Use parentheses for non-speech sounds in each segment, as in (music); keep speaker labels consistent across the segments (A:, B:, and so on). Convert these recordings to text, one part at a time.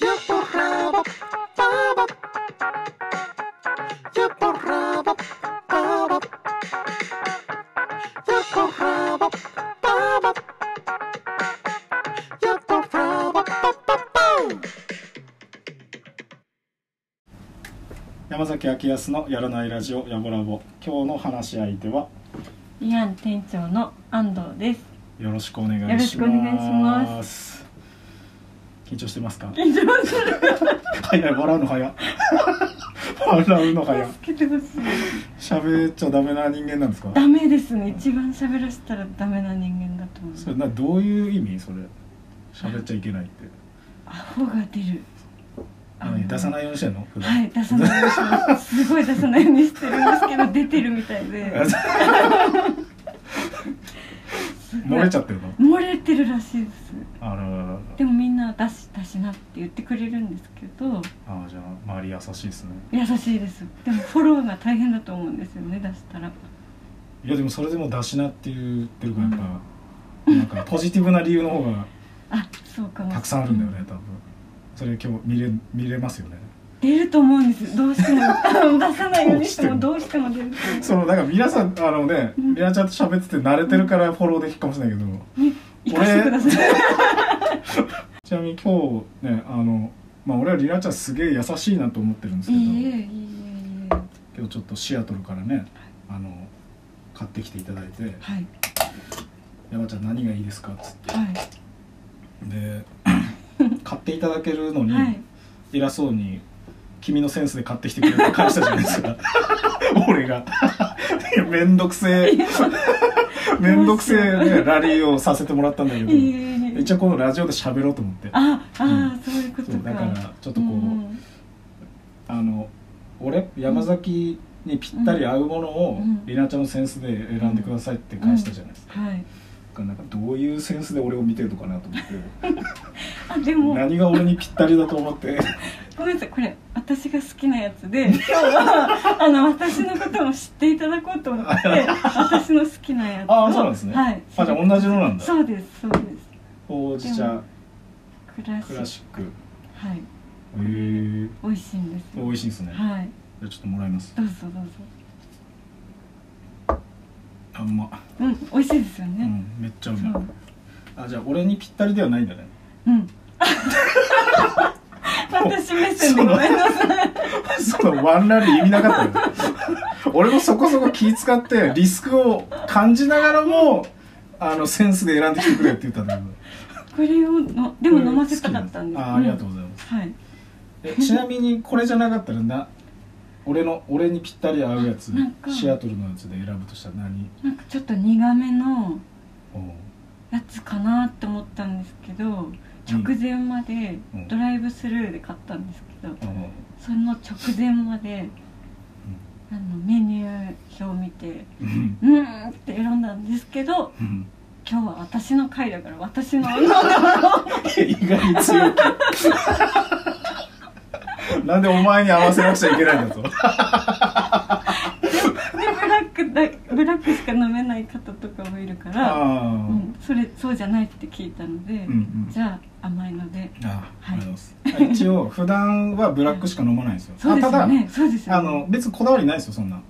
A: Я порабок, бабок. Я порабок, бабок. Я порабок, бабок. Я порабок, ба-ба-бам.
B: 山崎明康のやらないラジオやぼらぼ今日の話し相手は
C: イアン店長の安藤です。
B: よろしくお願いします
C: よろしくお願いします
B: 緊張してますか
C: 緊張する。
B: 早い笑うの早い笑うの早い
C: 助けてほしい。
B: 喋っちゃダメな人間なんですか
C: ダメですね。一番喋らせたらダメな人間だと思う。
B: それなどういう意味それ喋っちゃいけないって
C: アホが出る。
B: 何出さないようにしてんの普段
C: はい、出さないようにします。すごい出さないようにしてるんですけど、出てるみたいで。
B: (laughs) 漏れちゃってるの
C: 漏れてるらしいです。
B: あらららら
C: でもみんな出し出しなって言ってくれるんですけど、
B: あーじゃあ周り優しいですね
C: 優しいです。でもフォローが大変だと思うんですよね。出したら。
B: いやでもそれでも出しなって言ってるからやっぱ、なんかポジティブな理由の方が
C: あ、そうかも。
B: たくさんあるんだよね多分それ今日見れ見れますよね
C: 出ると思うんですどうしても出さないようにしても
B: ど
C: どうしても出ると思う
B: そのなんか皆さんあのね
C: うん
B: 皆ちゃんと喋ってて慣れてるからフォローできるかもしれないけど
C: 生かしてください
B: ちなみに今日ねあのまあ俺はりなちゃんすげえ優しいなと思ってるんですけど
C: いいえいいえいいえ
B: 今日ちょっとシアトルからねあの買ってきていただいて
C: はい
B: 「山ちゃん何がいいですか?」っつって
C: は
B: で買っていただけるの
C: い
B: に、
C: はい
B: 偉そうに君のセンスで買ってきてくれって返したじゃないです
C: (laughs)
B: か俺がいやめんどくせえめんどくせえ、ね、ラリーをさせてもらったんだけど
C: いいえいいえ
B: 一応このラジオで喋ろうと思って
C: (laughs) ああ
B: うん
C: ーそういうこと
B: そ
C: か
B: うだからちょっとこう、
C: うん
B: あの俺山崎にぴったり合うものを、
C: うん
B: りなちゃんのセンスで選んでくださいって返したじゃないですか,、
C: はい
B: なんかどういうセンスで俺を見てるのかなと思って
C: あでも
B: 何が俺にぴったりだと思って
C: (laughs) ごめんなさいこれ私が好きなや
B: (laughs)
C: つで今日はあの私のことも知っていただこうと思って
B: (laughs)
C: 私の好きなやつを
B: ああそうなんですね、
C: はい
B: あじゃあ同じのなんだ
C: そうですそうです
B: ほうじ
C: で
B: 茶
C: もクラシ
B: ク
C: ッ
B: ラ
C: ク
B: シックへ
C: はい
B: え
C: 美味しいんです
B: 美味しいですね、
C: はい
B: じゃあちょっともらいます
C: どうぞどうぞ
B: あうまっ、
C: うん美味しいですよ
B: う
C: ね、
B: ん、めっちゃう
C: そ
B: まいうあじゃあ俺にぴったりではないんだね
C: うん
B: (laughs)
C: (laughs) 私目線でごめんなさい
B: そのワンラリー意味なかったよ俺もそこそこ気使ってリスクを感じながらもあのセンスで選んできてくれって言ったんだけど
C: これをのでも飲ませたかったんです、
B: あーありがとうございます、
C: す、はい
B: えちなみにこれじゃなかったらな俺の俺にぴったり合うやつ
C: なんか
B: シアトルのやつで選ぶとしたら何
C: なんかちょっと苦めの
B: おう
C: やつかなって思ったんですけど直前まで
B: うん
C: ドライブスルーで買ったんですけ
B: お
C: ど、
B: う
C: その直前まで、あのメニュー表見て
B: うん
C: うーんって選んだんですけど
B: うん (laughs)
C: 今日は私の回だから私の
B: 意外に
C: (laughs)
B: 強気なんでお前に合わせなくちゃいけないんだと
C: でブラックだブラックしか飲めない方とかもいるから、
B: あ
C: う
B: ー
C: ん、それそうじゃないって聞いたので、
B: うんうん
C: じゃあ甘いので
B: ああ
C: はい
B: りがとうございます一応普段はブラックしか飲まないんですよ
C: そうですよ
B: あ
C: ねそうです
B: ただあ
C: よ
B: の
C: ね
B: 別にこだわりないですよそんな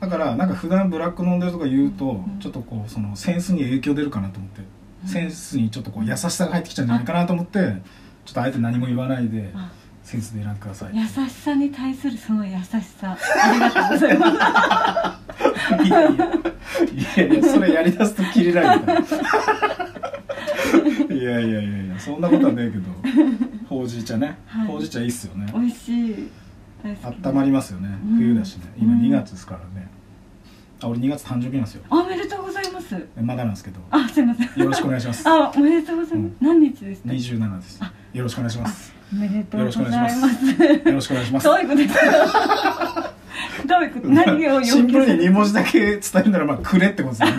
B: だからなんか普段ブラック飲んでるとか言うと、
C: うん
B: ちょっとこうそのセンスに影響出るかなと思って、
C: うん
B: センスにちょっとこう優しさが入ってきちゃうんじゃないかなと思ってちょっとあえて何も言わないで
C: あ
B: センスで選んでください
C: 優しさに対するその優しさありがとうございます
B: いやいやいやいやそれやりだすと切れないみたいないやいやいやいやそんなことはねえけ
C: (laughs)
B: どほうじ茶ね、
C: はい
B: ほうじ茶いいっすよね
C: 美味しい大好き
B: 温まりますよね
C: うん
B: 冬だしね今
C: うん
B: 2月ですからねあ俺2月誕生日なんですよ
C: あおめでとうございます
B: まだなんですけどよ
C: あすいません
B: ろしくお願いします
C: あおめでとうございます、何日ですか
B: 27ですよろしくお願いします
C: おめでとう
B: よろ
C: ご
B: し
C: ざ
B: くお願
C: いま
B: いしますよろしくお願いします
C: どういうことですかどういうこと何を要求
B: シンプルに
C: す
B: 2
C: る
B: 文字だけ伝えるならまあくれってことですよ
C: (laughs)
B: ね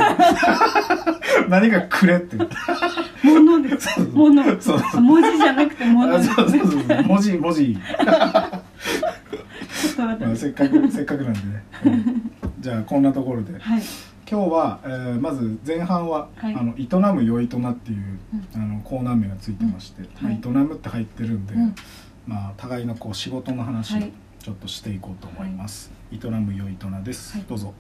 B: 何かくれって
C: 物です
B: そう
C: 物
B: そう
C: あ文字じゃなくて物
B: あ
C: です
B: そうそうそうそう文字文字
C: ちょっと待って
B: まあせっかくせっかくなんでね、うんじゃあこんなところで
C: はい
B: 今日は、えーまず前半は「
C: はい
B: あの営むよいとな」っていう、
C: う
B: あのコーナー名がついてまして「
C: うんはい
B: まあ営む」って入ってるんで、
C: うん
B: まあ、互いのこう仕事の話を
C: はい
B: ちょっとしていこうと思います。営むよいとなです、
C: はい
B: どうぞ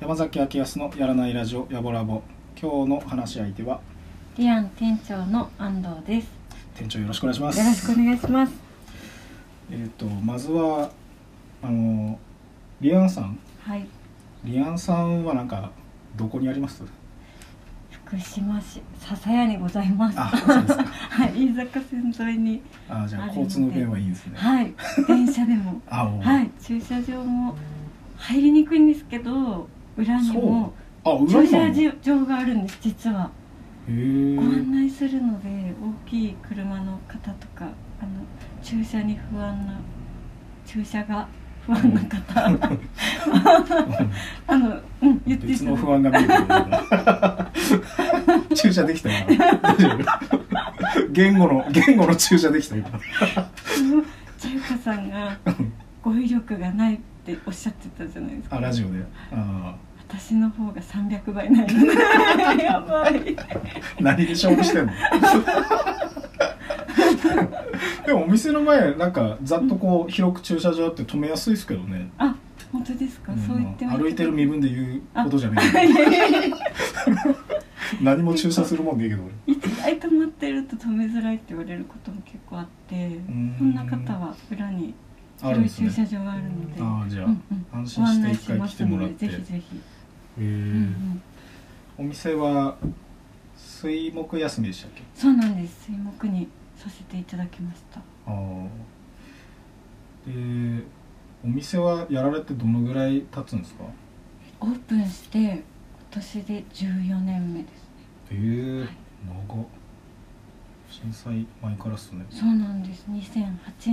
B: 山崎明康の「やらないラジオやぼラボ」今日の話し相手は
C: リアン店長の安藤です。
B: 店長よろしくお願いします。
C: よろしくお願いします。
B: えー、とまずはあのリアンさん
C: はい、
B: リアンさんはなんかどこにあります
C: 福島市笹谷にございます。
B: あそうですか
C: はい、飯坂線沿いに、
B: あじゃあ
C: (laughs) あるので
B: 交通の便はいいですね (laughs)
C: はい、電車でも、
B: あお
C: はい、駐車場も入りにくいんですけど、裏にも
B: あ裏
C: 駐
B: にもあ
C: 車
B: るのへ
C: 場があるんです実は。ご案
B: え
C: 内するので大きい車の方とかあの駐車に不安な駐車が不安な方 (laughs) あのうん言ってい
B: 別
C: た
B: の
C: だいて (laughs)
B: 不安が見えてる注射できた今大丈夫言語の言語の注射できた今
C: 千ゆかさんが語彙力がないっておっしゃってたじゃないですか
B: あラジオであ
C: 私の方が300倍ないやばい
B: ー何で勝負してんのでもお店の前なんかざっとこう広く駐車場あって止めやすいですけどね
C: あ本当ですか、
B: うん
C: そう言って
B: まあ歩いてる身分で言うことじゃね
C: いやいやいや
B: え何も駐車するもんでいいけど俺
C: 一台止まってると止めづらいって言われることも結構あって
B: ん
C: そんな方は裏に
B: あるん
C: 広
B: で
C: い
B: す
C: 駐車
B: ね
C: 場があるので
B: ああじゃあ、
C: うんうん
B: 安心
C: ご
B: し
C: 案
B: て
C: 内
B: 一
C: し
B: 回
C: ま
B: 来
C: す
B: てもら
C: の
B: っ
C: で
B: て
C: ぜひぜひ、
B: へえ
C: うんうん、
B: お店は水木休みでしたっけ
C: そうなんです水木にさせていただきました
B: ああでお店はやられてどのぐらい経つんですか
C: オープンして今年で14年目です
B: へえ長っ震災前からっすね
C: そうなんです2008年、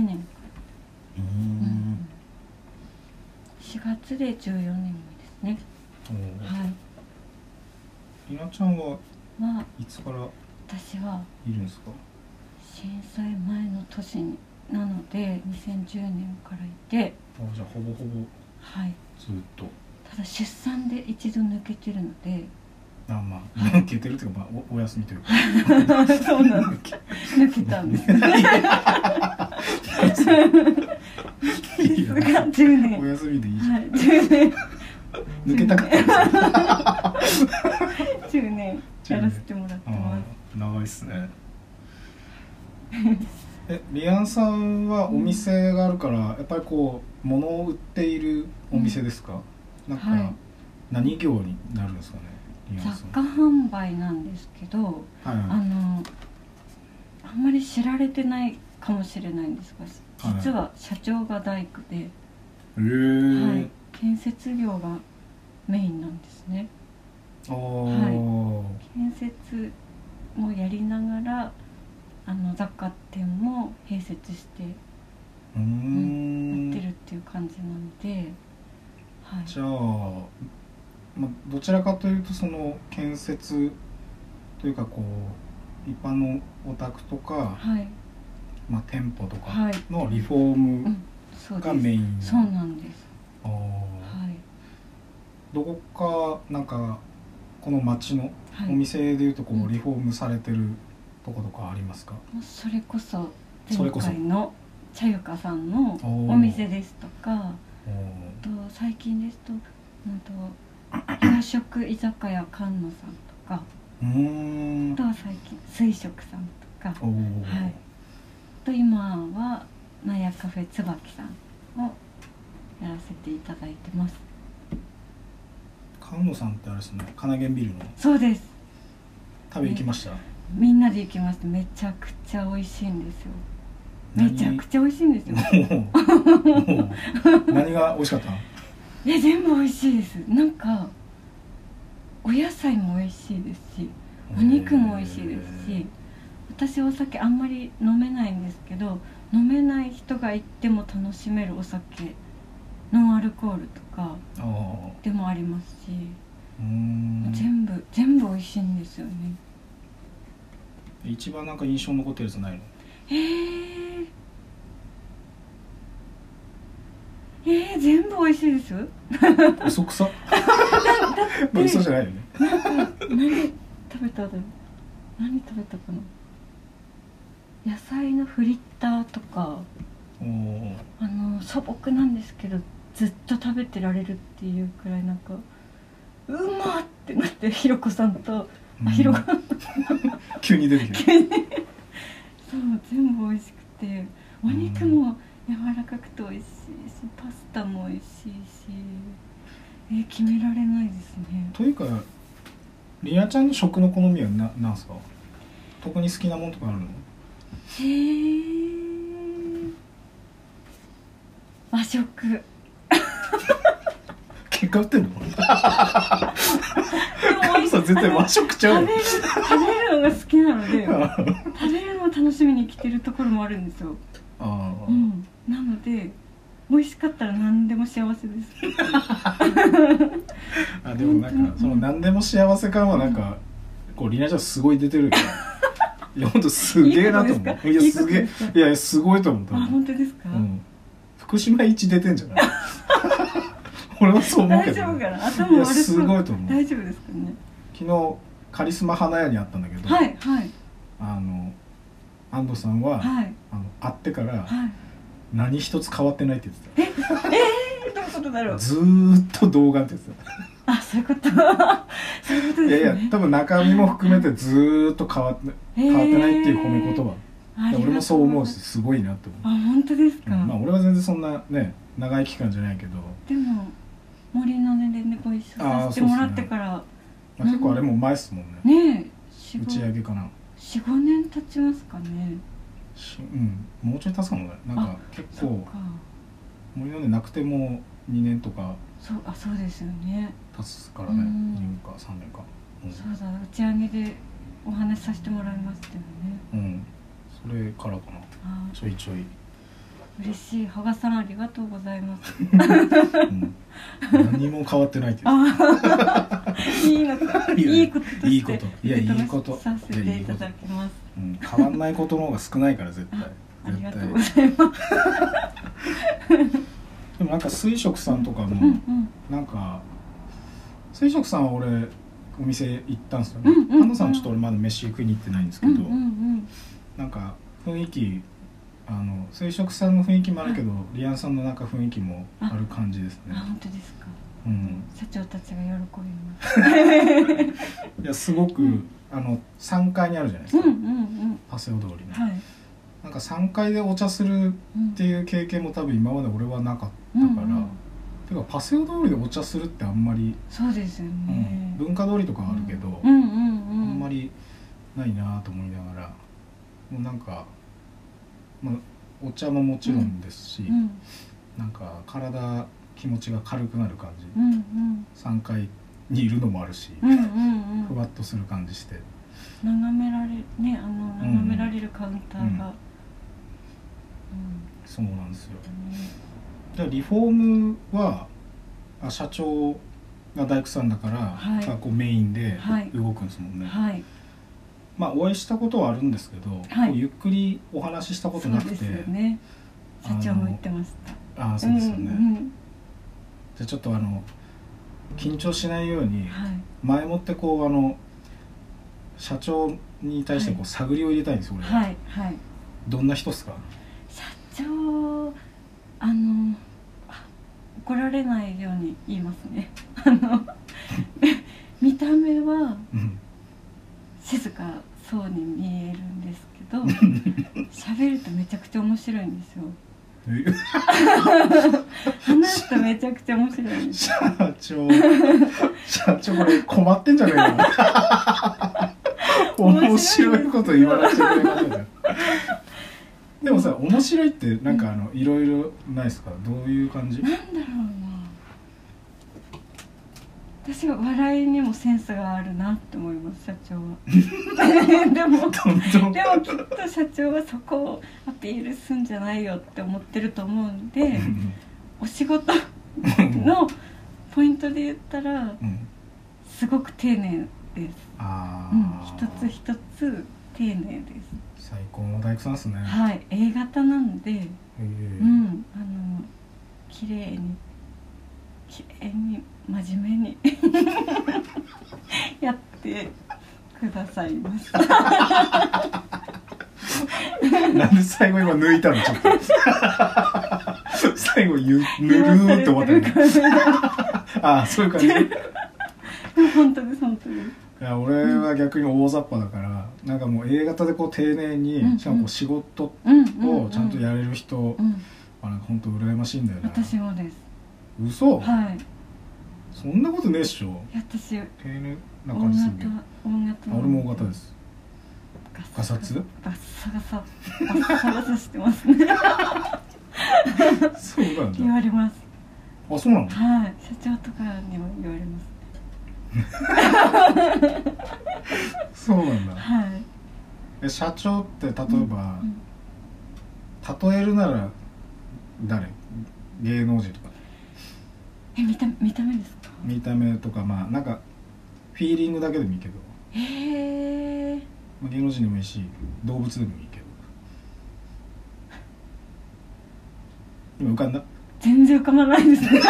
B: うー
C: うんん、4月で14年目ですね
B: おー
C: はい
B: りなちゃんは
C: まあ
B: いつから
C: 私はい
B: るんですか
C: 震災前の年になので2010年からいて
B: あーじゃあほぼほぼ
C: はい
B: ずっと
C: ただ出産で一度抜けてるので
B: (laughs) あまあ抜けてるというか、まあ、おお休みという
C: (laughs)
B: か
C: そうなんです抜けたんです
B: いいよ
C: さすが10年
B: お休みでいいじゃん、
C: はい10年
B: 抜けたかったですね
C: 10年やらせてもらって
B: あ
C: ま
B: ー長いっすね (laughs) えリアンさんはお店があるから、やっぱりこう物を売っているお店ですか、なんか、
C: はい
B: 何業になるんですかねリアン
C: す雑
B: さん
C: 貨販売なんですけど
B: はい
C: あのあんまり知られてないかもしれないんですが
B: はい
C: 実は社長が大工で、
B: へえ
C: はい、建設業がメインなんですね
B: おー
C: 建設もやりながらあの雑貨店も併設してや
B: うーん
C: ってるっていう感じなので、はい、
B: じゃあ、まあ、どちらかというとその建設というかこう一般のお宅とか、
C: はい、
B: まあ、店舗とか
C: はい、
B: のリフォー
C: う
B: ム
C: ん、そう
B: が
C: で
B: メイン、
C: す。そうなんです。
B: あー
C: はい、
B: どこかなんかこの町の
C: はい、
B: お
C: も
B: 店でいうとこ
C: うん
B: うリフォームされてるとことかありますか、
C: うそれこそ
B: そ
C: 前
B: れこそ
C: 回の茶ゆかさんの
B: おー
C: お店ですとか、
B: おー
C: あと最近ですと、うんと洋食居酒屋菅野さんとか、
B: うーん
C: あとは最近水食さんとか、
B: おー
C: はいあと今はマヤカフェ椿さんをやらせていただいてます。
B: 菅野さんってあれですね金源ビルの
C: そうです。
B: 食べ行きました、
C: みんなで行きました。めちゃくちゃ美味しいんですよ。めちゃくちゃ美味しいんですよ。
B: おお何が美味しかったの
C: いや全部美味しいですなんかお野菜も美味しいですしお肉も美味しいですし私お酒あんまり飲めないんですけど飲めない人が行っても楽しめるお酒ノンアルコールとか
B: ああ
C: でもありますし、
B: うーん
C: 全部全部美味しいんですよね
B: 一番なんか印象に残ってるやつないの
C: へええー、全部美味しいですよ
B: 嘘
C: (laughs)
B: くさまあ (laughs) 嘘じゃないよね
C: 何食べただろう何食べたかな野菜のフリッターとか
B: おー
C: あの素朴なんですけどずっと食べてられるっていうくらいなんかうまっってなってひろこさんと
B: うん
C: あひろこ
B: 急に出てきた
C: そう全部美味しくてお肉も柔らかくて美味しいしパスタも美味しいしえー決められないですね
B: というかりなちゃんの食の好みはななんすか特に好きなもんとかあるの
C: へえ和食
B: 結果売ってんの
C: でも
B: (laughs) カ
C: 美
B: ム
C: 味し
B: さん絶対和食ちゃうの
C: 食べる食べるのが好きなので
B: あ
C: 食べるのを楽しみに来てるところもあるんですよ、
B: あー、
C: うん、なので美味しかったら何でも幸せです
B: あでもなんかその何でも幸せ感はなんかこうりなちゃんすごい出て
C: (laughs)
B: るけどいやほんとすげえなと思う
C: い
B: い
C: いこ
B: やす
C: とですか
B: げ
C: いい
B: え
C: ことです
B: いやいやすごいと思った
C: あ本当ですか、
B: うん、福島一出てんじゃない (laughs) 俺はそう思うけ
C: 大
B: ど
C: 丈夫
B: ね、
C: かな頭悪
B: いやす
C: そう
B: ごいと思う
C: 大丈夫ですかね
B: 昨日カリスマ花屋にあったんだけど、
C: はいはい
B: あの安藤さんは、
C: はい
B: あの会ってから
C: はい
B: 何一つ変わってないって言ってた
C: えどういうことだろう
B: ずーっと動画って言ってた
C: あそういうこと (laughs) そういうこと
B: い
C: ですね
B: やいや多分中身も含めてずーっと変わって変わってないっていう褒め言葉、
C: ありがと
B: 俺もそう思う
C: ございま
B: し
C: す
B: すごいなって思う
C: あ本当ですか、
B: うんまあ俺は全然そんなね長い期間じゃないけど、ま
C: でも森のねでねご一緒させてもらってから
B: あ、結構あれもう前っすもんね、
C: ねえ
B: 打ち上げかな
C: 45年経ちますかね
B: しうんもうちょい経つかもねなんか結
C: そっ
B: 構
C: か
B: 森のねなくても2年とか
C: そうあそうですよね、
B: 経つからね
C: う
B: 2
C: ん
B: 年か3年か
C: そうだ打ち上げでお話しさせてもらいましたよね
B: うん、うん、それからかな
C: あ
B: ちょいちょ
C: (laughs)
B: い、
C: ー嬉しい羽賀さんありがとうござ
B: (laughs)
C: います
B: うん、何も変わってないって言っ
C: いいのか
B: いや
C: いいこととして
B: いいこといやいいこと
C: 受け止めさせていただきます
B: て、うん、変わんないことの方が少ないから絶対
C: ありが
B: 絶
C: と
B: 対
C: うございます
B: でもなんか水食さんとかも、
C: うんうん
B: なんか水食さんは俺お店行ったんですよね、
C: うんうんうん
B: 安藤さんちょっと俺まだ飯食いに行ってないんですけ
C: う
B: ど、
C: んうんうん
B: なんか雰囲気あの水食さんの雰囲気もあるけど、リアンさんのなんか雰囲気もある感じです
C: あ
B: ね、
C: 本当ですか
B: うん、
C: 社長たちが喜びます
B: いやすごく、
C: うん
B: あの3階にあるじゃないです
C: うんう
B: か、
C: んうん
B: パセオ通りの、
C: はい、
B: なんか3階でお茶する
C: うん
B: っていう経験も多分今まで俺はなかった
C: うん
B: から、
C: うん
B: てかパセオ通りでお茶するってあんまり、
C: そうですよ
B: うん
C: ね、
B: 文化通りとかはあるけど、
C: うんうんうん、
B: あんまりないなと思いながらもうなんか、まあ、お茶ももちろんですし、
C: うん
B: なんか体気持ちが軽くなる感じ、
C: うんうん
B: 3回にいるのもあるし、
C: うんうんう
B: ふ
C: ん
B: わっとする感じして
C: 眺められねあの眺められるカウンターが、
B: そうなんですよ
C: う
B: で
C: ん
B: リフォームはあ社長が大工さんだから、
C: はい
B: がこうメインで
C: はい
B: 動くんですもんね、
C: はい
B: まあお会いしたことはあるんですけど、
C: はい
B: こうゆっくりお話ししたことなく
C: そう
B: て
C: ですよね社長も言ってました
B: ああそうですよね、
C: んうん
B: じゃあちょっとあの緊張しないように
C: はい
B: 前もってこうあの社長に対してこ
C: は
B: う探りを入れたいんですよ、俺は
C: はいはい
B: どんな人っすか
C: 社長あのあ怒られないように言いますねあの見た目は
B: うん (laughs)
C: 静かそうに見えるんですけど喋るとめちゃくちゃ面白いんですよ
B: え
C: 話すとめちゃくちゃ面白いんです
B: 社長社長これ困ってんじゃねえかな面
C: (laughs) 面
B: 白
C: 白い
B: いこと言わなくちゃいけないことだよでもさ面白いってなんかあのいろいろないですかどういう感じ
C: なんだろうな私は笑いにもセンスがあるなって思います社長 (laughs) はでも
B: どんどん
C: でもきっと社長はそこをアピールすんじゃないよって思ってると思うんでお仕事のポイントで言ったら
B: うん
C: すごく丁寧です、
B: あ
C: うん、
B: あ、
C: 一つ一つ丁寧です
B: 最高の大工さんっすね、
C: はい A 型なんで
B: えー
C: うんあの綺麗に綺麗に真面目に (laughs) やってくださいました
B: なんで最後今抜いたのちょっと最後ゆぬるーって終わっ
C: (laughs)
B: たね
C: た
B: ああそういう感じ
C: 本当です本当です
B: いや俺は逆に大雑把だからなんかもう A 型でこう丁寧に、
C: うんうん
B: しかもこう仕事
C: うんうん、う
B: をちゃんとやれる人、
C: うん、
B: あなんか本当羨ましいんだよね
C: 私もです
B: 嘘、
C: はい
B: そんなことねえっしょ
C: 私
B: 丁寧な
C: 大
B: 感じす
C: 型
B: るけどあ
C: 大型
B: 俺も O 型です
C: ガサ
B: ガサツ
C: ガッサガサガッサガサしてますね
B: そうなん
C: (laughs) 言
B: だ
C: われます
B: あそうなの
C: はい社長とかにも言われます
B: そうなんだ
C: はい
B: え社長って例えば、
C: うん
B: 例えるなら誰芸能人とか
C: え見た見た目ですか
B: 見た目とかまあなんかフィーリングだけでもいいけど、
C: へえ
B: まあ、芸能人でもいいし動物でもいいけど今浮かんだ
C: 全然浮かばないですね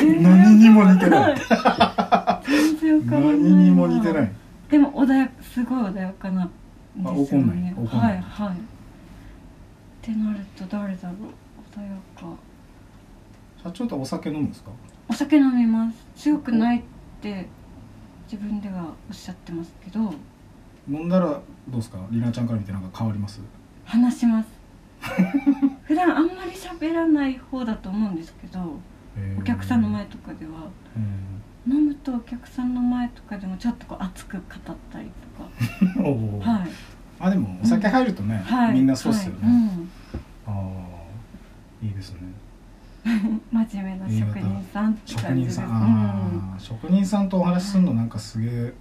C: 全然浮かば
B: 何にも似てない
C: 全然浮かばない
B: 何
C: な
B: にも似てない
C: でも穏やすごい穏やかなんです
B: あ
C: よね
B: 怒んない怒んない
C: はいはいってなると誰だろう穏やか
B: 社長ってお酒飲むんですか
C: お酒飲みます強くないって自分ではおっしゃってますけど
B: 飲んだらどうですかりなちゃんから見てなんか変わります
C: 話します
B: (laughs)
C: 普段あんまり喋らない方だと思うんですけどお客さんの前とかでは飲むとお客さんの前とかでもちょっとこう熱く語ったり
B: うん (laughs) お
C: と
B: ー
C: かはい
B: あでもお酒入るとね、
C: はい
B: みんなそうっすよね、
C: はいうん
B: ああいいですね
C: 真面目な職人さんって
B: 職
C: 感じ
B: 人
C: です
B: さん、
C: うん
B: ああ職人さんとお話しするのなんかすげえ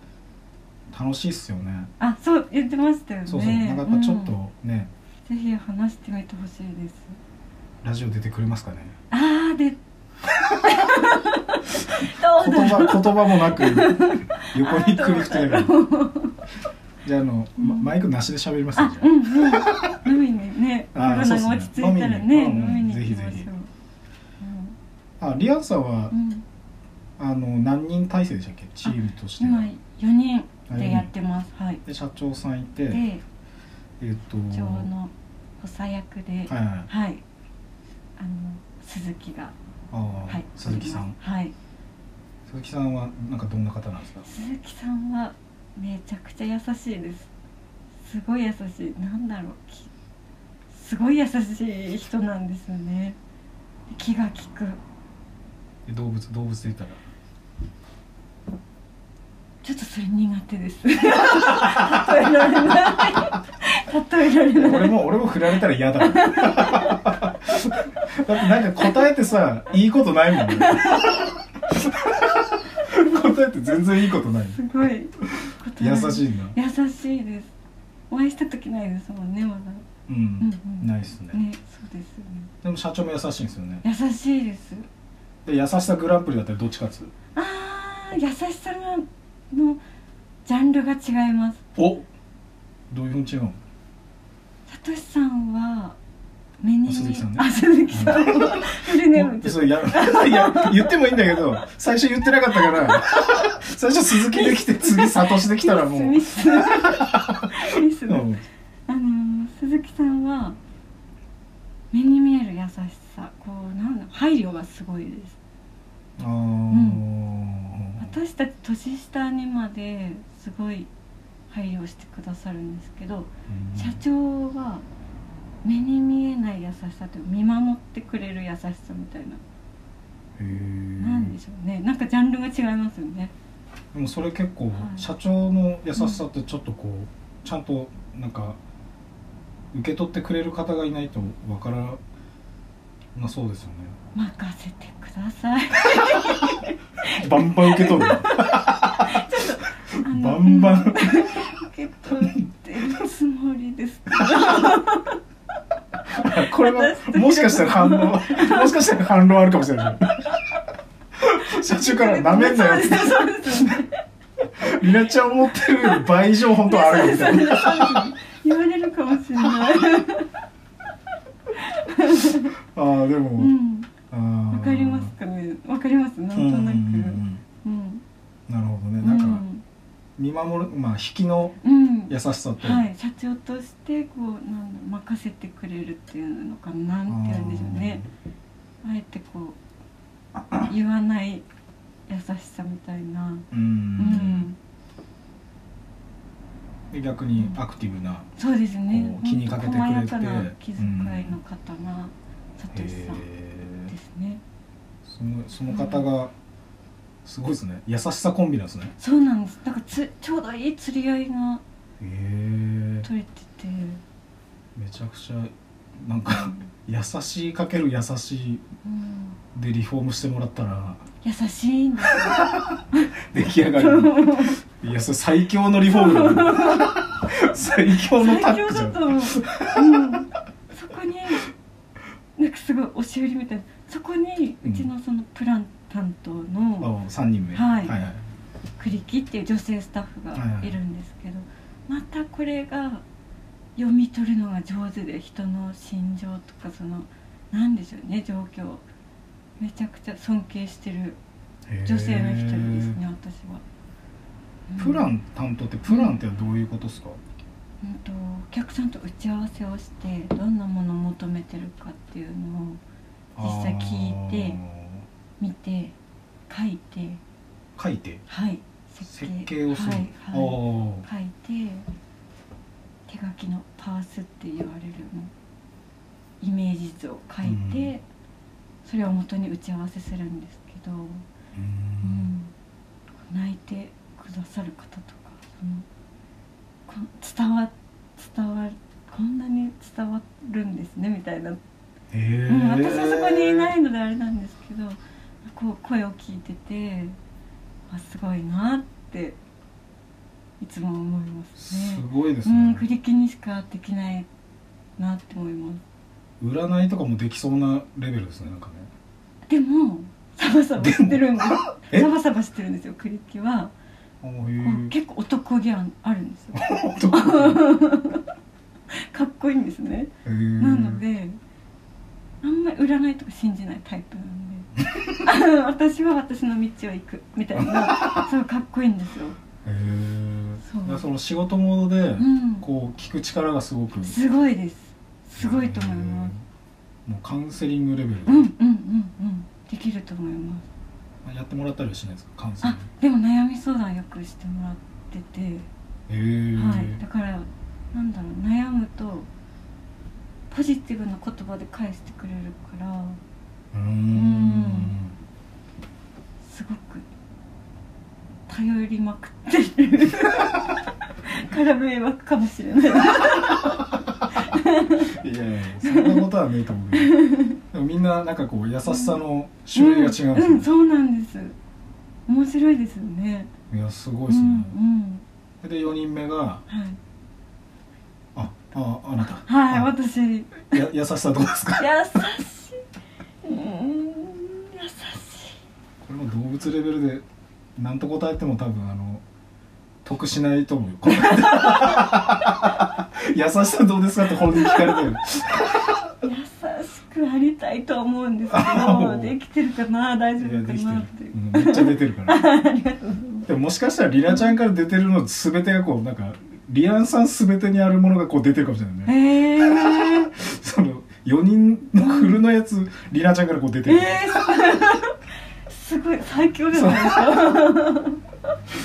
B: 楽しいっすよね
C: あそう言ってましたよね
B: そうそうなんかやっぱちょっと
C: うん
B: ね、
C: ぜひ話してみてほしいです
B: ラジオ出てくれますかね (laughs)
C: ああでどう
B: 言
C: だろう
B: 葉言葉もなく横に首振
C: (laughs)
B: ってたけどじゃああの、まマイクなしで喋りますね
C: あうんうん飲みにねコ
B: (laughs) あー
C: ロナが落ち着いた
B: そう
C: ら
B: っすね
C: ね
B: 飲
C: 飲
B: み
C: み
B: にうんうん
C: に行きま
B: ぜひ
C: し
B: ぜ
C: ょう
B: あリアンさんは、
C: うんうん
B: あの何人体制でしたっけチームとして
C: 今
B: は
C: 四人でやってますはい
B: で社長さんいて
C: で
B: えっと
C: 長の補佐役で
B: はいはい
C: はいあの鈴木が
B: あー、
C: はい
B: 鈴木さん
C: はい
B: 鈴木さんはなんかどんな方なんですか
C: 鈴木さんはめちゃくちゃ優しいですすごい優しいなんだろうきすごい優しい人なんですよね気が利く
B: で動物動物で言ったら
C: ちょっとそれ苦手です例えられない例えられない
B: 俺も俺も振られたら嫌だだってなんか答えてさいいことないもんねえって全然いいことない
C: すごいことな
B: 優しいんだ
C: 優しいですお会いした時ないですもんねまだ
B: うん、
C: うんうん
B: ないっすね
C: ねそうですよね
B: でも社長も優しいんですよね
C: 優しいです
B: で優しさグランプリだったらどっち勝つ
C: あー優しさがのジャンルが違います
B: おどういうふうに違うの
C: さとしさんは目に
B: あ鈴木さんね
C: あ鈴木さんはフルネーム
B: それやいや言ってもいいんだけど最初言ってなかったから最初鈴木できて次サトシできたらもう、
C: (laughs) ミスミスミス
B: う
C: だ
B: ん
C: あのー鈴木さんは目に見える優しさこうなんだ配慮がすごいです
B: あー
C: 私たち年下にまですごい配慮してくださるんですけど
B: うん
C: 社長は目に見えない優しさというか見守ってくれる優しさみたいな、
B: へー
C: なんでしょうねなんかジャンルが違いますよね
B: でもそれ結構、
C: はい
B: 社長の優しさってちょっとこうちゃんとなんか受け取ってくれる方がいないとわからなそうですよね
C: 任せてください
B: バンバン受け取る
C: あの
B: バンバン (laughs)
C: うん受け取ってるつもりですけど
B: これはもしかしたら反応
C: (laughs)
B: もしかしたら反論あるかもしれない社長からなめんなよっ
C: そ
B: て
C: うですそうですね
B: りなちゃん思ってるより倍以上本当はあるよみた
C: (laughs)
B: いな
C: 言われるかもしれない
B: あーで
C: う
B: も
C: ん
B: あー
C: わかりますかねわかりますなんと
B: うんうんう
C: なく
B: ん
C: うん
B: なるほどね
C: う
B: なんか
C: ん
B: 見守るまあ引きの
C: うん
B: 優しさと、
C: はい、社長としてこうなんだ任せてくれるっていうのかななんて言うんでしょうねあえてこう言わない優しさみたいな
B: うん
C: うん
B: で逆にアクティブな、
C: そうですね
B: こう気にかけてくれて
C: 細やかな気遣いの方がさと
B: へ
C: し
B: え
C: さんですね
B: そのその方がすごいですね優しさコンビなんですね
C: そうなんですなんかつちょうどいい釣り合いが
B: へえ
C: 取れてて
B: めちゃくちゃなんか優しいかける優しい
C: うん
B: でリフォームしてもらった
C: (laughs)
B: ら
C: 優しいんですよ
B: 出来上がるいやそれ最強のリフォームだ
C: (laughs)
B: ね最強のタ
C: 最
B: ッ
C: 強
B: グじゃ
C: だ
B: ん
C: と思う、うん、そこになんかすごい押し売りみたいなそこにうちのそのプラン担当の
B: あ三人目
C: はい
B: はいはい
C: 栗木っていう女性スタッフがいるんですけどまたこれが読み取るのが上手で人の心情とかその何でしょうね状況めちゃくちゃ尊敬してる
B: へえ
C: 女性の一人ですね私は。うん
B: プラン担当ってプランってどういうことですか
C: うんとお客さんと打ち合わせをしてどんなものを求めてるかっていうのを実際聞いて見て書いて
B: あー書いて
C: はい
B: 設計をする、
C: はい
B: あ
C: は
B: ー
C: い、書いて手書きのパースって言われるのイメージ図を書いて、
B: うん
C: それを元に打ち合わせするんですけど、
B: う
C: う
B: ん
C: 泣いてくださる方とかそのこ伝わ伝わこんなに伝わるんですねみたいな
B: ーんへえ
C: うん、私はそこにいないのであれなんですけどこう声を聞いててあすごいなっていつも思いますね
B: すごいです
C: うん
B: ね、
C: 振り切りにしかできないなって思います
B: 占いとかもできそうなレベルですねなんかね
C: でもサバサバしてるんです
B: え
C: サバサバしてるんですよ栗木は、
B: あ
C: こう
B: ーへ
C: 結構男気ああるんですよ
B: えどこ
C: かっこいいんですね
B: へえ
C: なのであんまり占いとか信じないタイプなんで (laughs) 私は私の道を行くみたい (laughs) なそうかっこいいんですよ、
B: へえ
C: そう
B: だからその仕事モードで、
C: うん、
B: こう聞く力がすごく
C: すごいですすごいと思います
B: うんもうカウンセリングレベル、
C: うんうんうんうんできると思います
B: やってもらったりはしないですかカウンセリン
C: あでも悩み相談よくしてもらってて、
B: グへえ
C: はい、だからなんだろう悩むとポジティブな言葉で返してくれるから
B: うー
C: うん
B: ん
C: すごく頼りまくってる (laughs) から迷惑かもしれない
B: いやいやそんなことはねえと思うけどでもみんななんかこう優しさの種類が違うんですよ
C: うん、うんそうなんです面白いですよね
B: いやすごい
C: うん
B: で
C: う
B: すね、
C: ん
B: で4人目が
C: はい
B: 「あああなた
C: はい
B: あ
C: 私優
B: や優しさどうですか?」
C: しいうーん優し
B: これも動物レベルで何と答えても多分あの得しないと思うよこの優しさどうですかって本人聞かれてる
C: い優しくありたいと思うんですけ
B: も
C: ど
B: う
C: できてるかな大丈夫
B: いや
C: か
B: できて
C: な
B: る、
C: っ、ていううん
B: めっちゃ出てるから
C: (laughs) ありがとうございます
B: でももしかしたらりなちゃんから出てるの全てがこうなんかリアンさん全てにあるものがこう出てるかもしれないね
C: えー、
B: その4人のフルのやつりなちゃんからこう出てる、
C: えー、 (laughs) すごい最強じゃないですか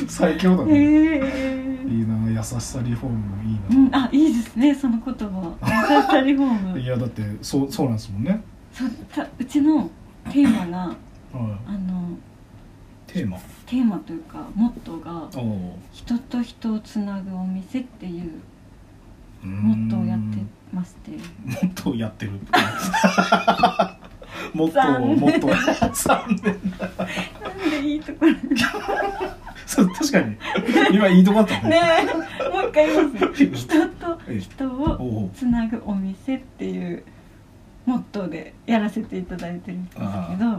B: 最強だ
C: え
B: ね、
C: ー
B: いいな優しさリフォームもいいうな、
C: ん、あいいですねその言葉
B: (laughs)
C: 優しさリフォーム
B: いやだってそうそうなんですもんね、
C: そうたうちのテーマが
B: は
C: あの
B: い、テーマ
C: テーマというかモットーが
B: おお
C: 「人と人をつなぐお店」っていう
B: も
C: モットーをやってまして
B: もっとや
C: (laughs)
B: ってるもっと
C: 残念
B: もっと残念
C: なんでいいところね
B: (laughs) そう確かに今いいとこだったね
C: えもう一回言いますね人と人
B: お
C: を
B: お
C: つなぐお店っていうモットーでやらせていただいてるんですけど、
B: あーあー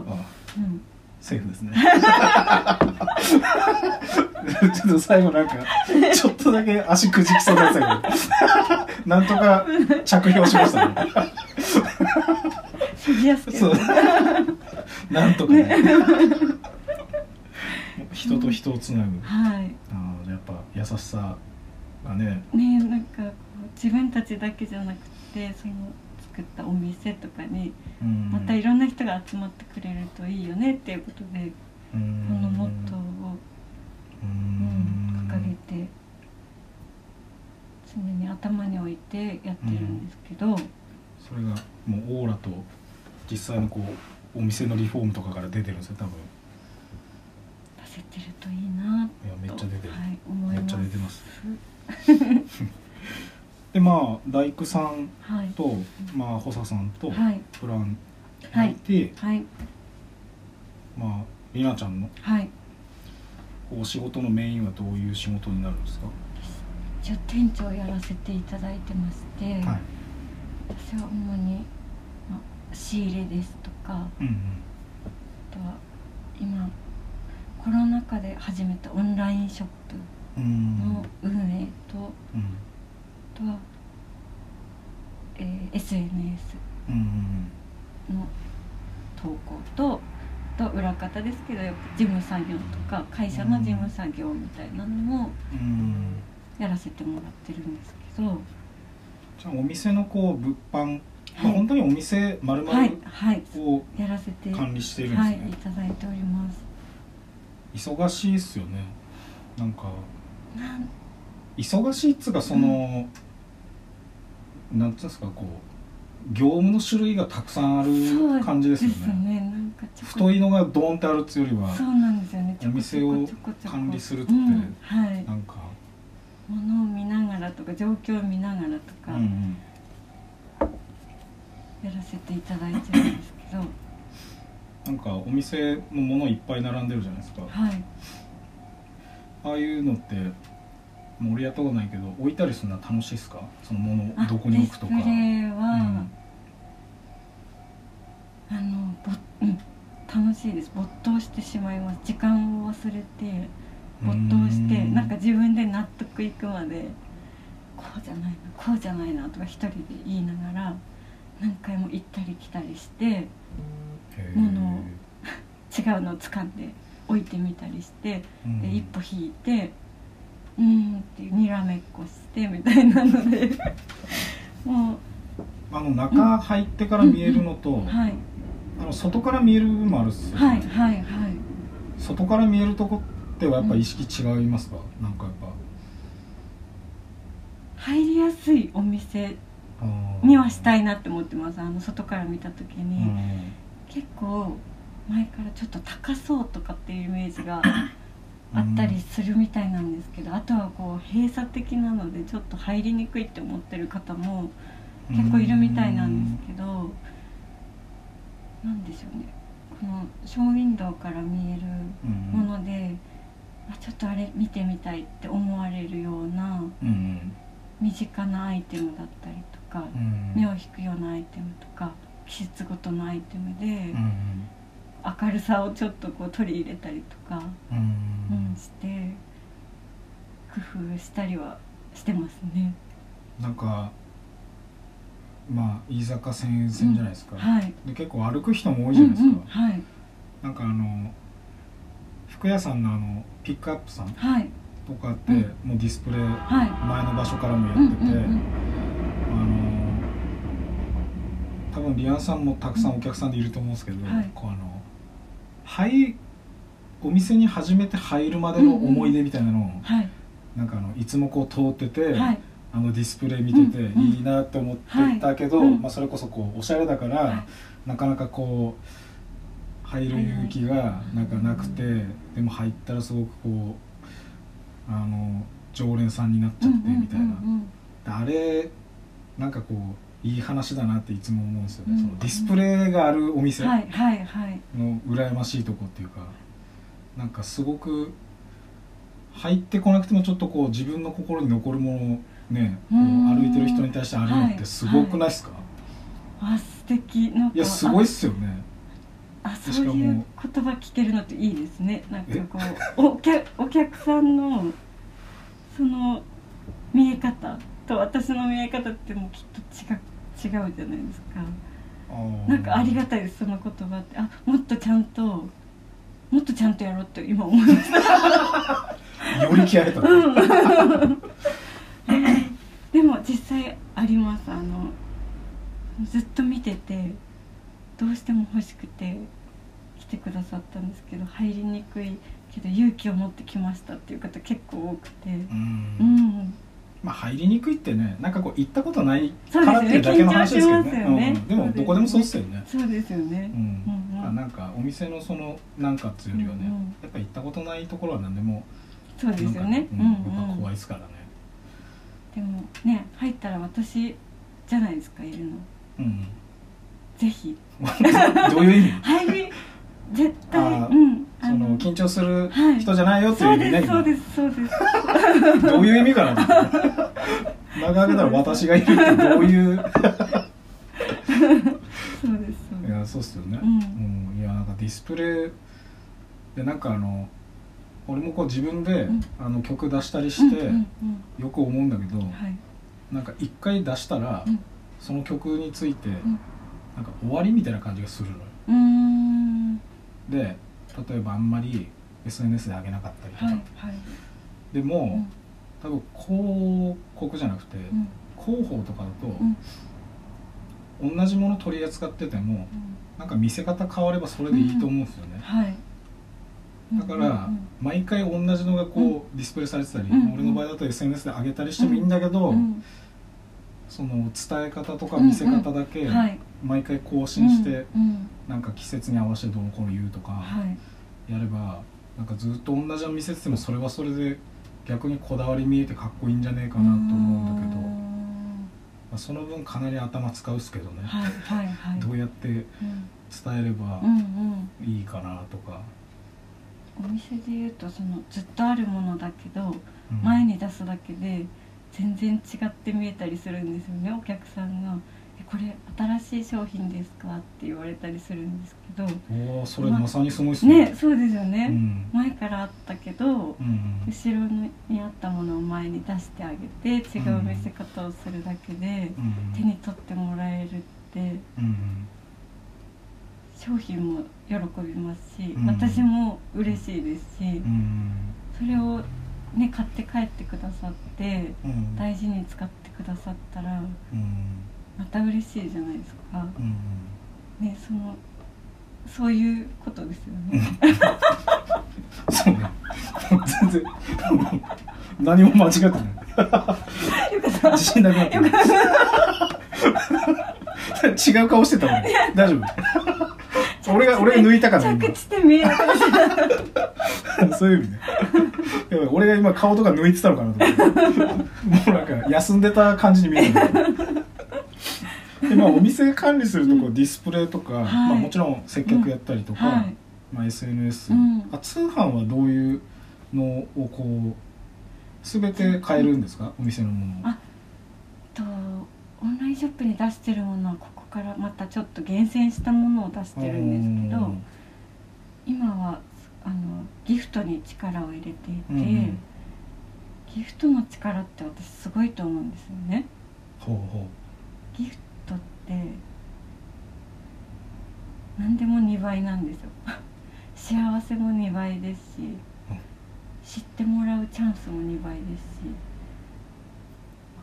C: うん、
B: セーフですねちょっと最後なんかちょっとだけ足くじきそうなやつだけどなんとか着氷しましたね
C: フィギュアスケー
B: そう
C: ト
B: なんとかね人と人をつなぐ
C: はい
B: あーやっぱ優しさがね
C: ねえなんかこう自分たちだけじゃなくてその作ったお店とかに
B: うん
C: またいろんな人が集まってくれるといいよねっていうことで、
B: こ
C: このモットーを、
B: う
C: うん
B: ん
C: 掲げて常に頭に置いてやってるんですけど、
B: それがもうオーラと実際のこうお店のリフォームとかから出てるんですよ多分
C: 出せてるといいない
B: やめっ
C: と
B: ちゃ出てる、
C: はい、思い
B: めっ
C: ま
B: ち
C: す
B: ゃ出てますでまあ大工さん
C: はい
B: と、まあ、補佐さんと
C: はい
B: プラン
C: は
B: が
C: い
B: いて、
C: はい
B: まありなちゃんの
C: はい
B: お仕事のメインはどういう仕事になるんですか、
C: 一応店長をやらせていただいてまして、
B: はい、
C: 私は主に、まあ、仕入れですとか
B: うんうん、
C: あとは今コロナ禍で始めたオンラインショッ
B: う
C: プの
B: ん
C: 運営と、
B: うん
C: あとは、えー SNS
B: うん
C: の投稿とあと裏方ですけどやっぱ事務作業とか会社の事務作業みたいなのも
B: うんうん
C: やらせてもらってるんですけど、は
B: じゃあお店のこう物販、まあ、本
C: い、
B: 当にお店まるま
C: はい
B: る、
C: はい、
B: を
C: やらせて
B: 管理しているんです
C: はい
B: ね、
C: いただいております。
B: 忙しいっすよねなんか
C: なん
B: 忙しいっつうかその、なんつうんですかこう業務の種類がたくさんあ
C: そう
B: る感じですよ
C: です
B: ね
C: ねなんかちょこ
B: 太いのがドーンってあるっつうよりは
C: そうなんですよね。ちょこちょこちょこちょこ
B: お店を管理するって
C: うんはい
B: な。んか
C: 物を見ながらとか状況を見ながらと
B: う
C: か
B: んうん
C: やらせていただいてるんです
B: (clears throat)
C: けど、
B: なんかお店のものいっぱい並んでるじゃないですか
C: はい。
B: ああいうのってもう俺やったことないけど置いたりするのは楽しいっすかそのもの
C: あ
B: をどこに置くとか
C: ディスプレイは、
B: うん
C: あのぼ、うん、楽しいです。没頭してしまいます。時間を忘れて没頭して、
B: うん
C: なんか自分で納得いくまでこうじゃないなこうじゃないなとか一人で言いながら何回も行ったり来たりして。
B: へー
C: 物を違うのを掴んで置いてみたりして、
B: うん
C: で一歩引いてうーんっていうにらめっこしてみたいなので
B: (laughs)
C: も
B: あの中入ってから見えるのと、
C: うはい
B: あの外から見える部分もあるっすよね
C: はいはいはい
B: 外から見えるとこってはやっぱ意識違いますか、なんかやっぱ
C: 入りやすいお店
B: あー
C: にはしたいなって思ってますあの外から見た時
B: う
C: に、
B: ん
C: 結構前からちょっと高そうとかっていうイメージがあったりするみたいなんですけど、あとはこう閉鎖的なのでちょっと入りにくいって思ってる方も結構いるみたいなんですけど、なんでしょうねこのショーウィンドウから見える
B: うん
C: もので、あちょっとあれ見てみたいって思われるような
B: うん
C: 身近なアイテムだったりとか、
B: うん
C: 目を引くようなアイテムとか季節ごとのアイテムで
B: う、ん
C: 明るさをちょっとこう取り入れたりとか、
B: うん
C: うん、して工夫したりはしてますね。
B: なんかまあ飯坂線線じゃないですか、
C: はい。
B: で結構歩く人も多いじゃないですか、
C: うんうん、はい
B: なんかあの服屋さんのあのピックアップさん
C: はい
B: とかって、
C: うん
B: もうディスプレイ前
C: はい。
B: の場所からもや
C: うん
B: っ
C: うん
B: てて、
C: うん
B: あの多分リアンさんもたくさんお客さんでいると思うんですけど、
C: はい
B: こうあの入お店に初めて入るまでの思い出みたいなのを、
C: はい
B: なんかあのいつもこう通ってて、
C: はい
B: あのディスプレイ見てて
C: うんうん
B: いいなって思ってたけど、
C: はいうん
B: まあ、それこそこうおしゃれだから、
C: は
B: なかなかこう入る勇気がなんかなくて、でも入ったらすごくこうあの常連さんになっちゃってみたいな、
C: うん
B: であれなんかこういい話だなっていつも思うんですよね、
C: うん
B: そのディスプレイがあるお
C: う
B: 店
C: んうん
B: の
C: はいはいはい。
B: 羨ましいとこっていうか、なんかすごく入ってこなくてもちょっとこう自分の心に残るものをね、こう
C: うん
B: 歩いてる人に対してあるのっ
C: は
B: て
C: い
B: すごくないですか、
C: あ素敵なんか
B: いやすごいっすよね
C: ああそういう言葉聞けるのっていいですねなんかこ
B: (laughs)
C: うお客お客さんのその見え方と私の見え方ってもうきっと違う違うじゃないですかなんかありがたいですその言葉ってあもっとちゃんともっとちゃんとやろうって今思いました
B: より気合入ったね、
C: でも実際ありますあのずっと見ててどうしても欲しくて来てくださったんですけど入りにくいけど勇気を持ってきましたっていう方結構多くて
B: う
C: うんん
B: まあ入りにくいってねなんかこう行ったことない
C: そう
B: か
C: です
B: らっていうだけ
C: よね
B: の話ですけどね
C: 緊張しますよね
B: うんでもどこでもそうっすよね
C: そうですよね
B: うん
C: うんうん
B: あなんかお店のそのなんかっていうよりはね、
C: うんうん
B: やっぱ行ったことないところは何でも
C: そうですよね
B: な
C: うんん
B: かうんやっぱ
C: うん
B: 怖いですからね、
C: でもね入ったら私じゃないですかいるの
B: うん
C: ぜひ
B: うん (laughs) どういう意味
C: 入り絶対
B: あー
C: うん
B: その緊張する
C: はい
B: 人じゃないよっていう
C: そう
B: 意味
C: です
B: ね
C: そうですそうです
B: 今どういう意味かなと思って
C: (laughs)
B: 長くなら私がいるってどういう
C: そうですそう
B: い
C: です
B: やそうっすよね、
C: う
B: う
C: ん
B: んいやなんかディスプレイでなんかあの俺もこう自分で、
C: うん
B: あの曲出したりして、
C: うんうん
B: よく思うんだけど、
C: うんはい
B: なんか一回出したら、
C: うん
B: その曲について、
C: ん
B: なんか終わりみたいな感じがするのよ
C: うーん
B: で例えばあんまり SNS で上げなかったりとか、
C: はいはい
B: で
C: う
B: も
C: ん、
B: 多分広告じゃなくて、
C: うん
B: 広報とかだ
C: うん
B: と、同じもの取り扱ってても
C: うん
B: なんか見せ方変わればそれでいいと思うんですよね、
C: はい
B: だから、
C: うん
B: 毎回同じのがこう、ディスプレイされてたり、
C: うん
B: 俺の場合だと SNS で上げたりしてもいいんだけど、
C: うん
B: その伝え方とか見せ方だけ、
C: うんはい
B: 毎回更新して、
C: うんうん
B: なんか季節に合わせてどうのこうの言うとか
C: はい
B: やれば、なんかずっと同じの見せててもそれはそれで逆にこだわり見えてかっこいいんじゃねえかなと思うんだけど、
C: うー
B: ま
C: ん
B: あ、その分かなり頭使うっすけどね、
C: はいはいはい
B: どうやって伝
C: うん
B: えれば
C: うんうん
B: いいかなとか、
C: お店で言うとそのずっとあるものだけど
B: うん
C: 前に出すだけで全然違って見えたりするんですよねお客さんが「えこれ新しい商品ですか?」って言われたりするんですけど
B: おーそれまさにすごいっす
C: ねそうですよ
B: う
C: ね、
B: ん
C: 前からあったけど
B: うん
C: 後ろにあったものを前に出してあげて違う見せ方をするだけで
B: うん
C: 手に取ってもらえるって
B: うん
C: 商品も喜びますし
B: うん
C: 私も嬉しいですし
B: うん
C: それをね買って帰ってくださって
B: うん
C: 大事に使ってくださったら
B: うん
C: また嬉しいじゃないですか
B: うん
C: ねそのそういうことですよね
B: そうね全然何も間違ってない
C: よかった
B: 自信なくなってる違う顔してたもん大丈 (laughs) 夫俺が俺が抜いたから
C: 着地点見えなかった
B: 今 (laughs) そういう意味ねやばい俺が今顔とか抜いてたのかなと思ってもうなんか休んでた感じに見えるんだけどでまあお店管理するとこディスプレイとか、
C: い
B: まあ、もちろん接客やったりとか、
C: はい
B: まあ、SNS、
C: うん
B: あ通販はどういうのをこう全て買えるんですか、お店のものを
C: あとオンラインショップに出してるものはここからまたちょっと厳選したものを出してるんですけど今はあのギフトに力を入れていて、
B: うんうん
C: ギフトの力って私すごいと思うんですよね
B: ほうほ
C: ギフトって何でも2倍なんですよ (laughs) 幸せも2倍ですし知ってもらうチャンスも2倍ですし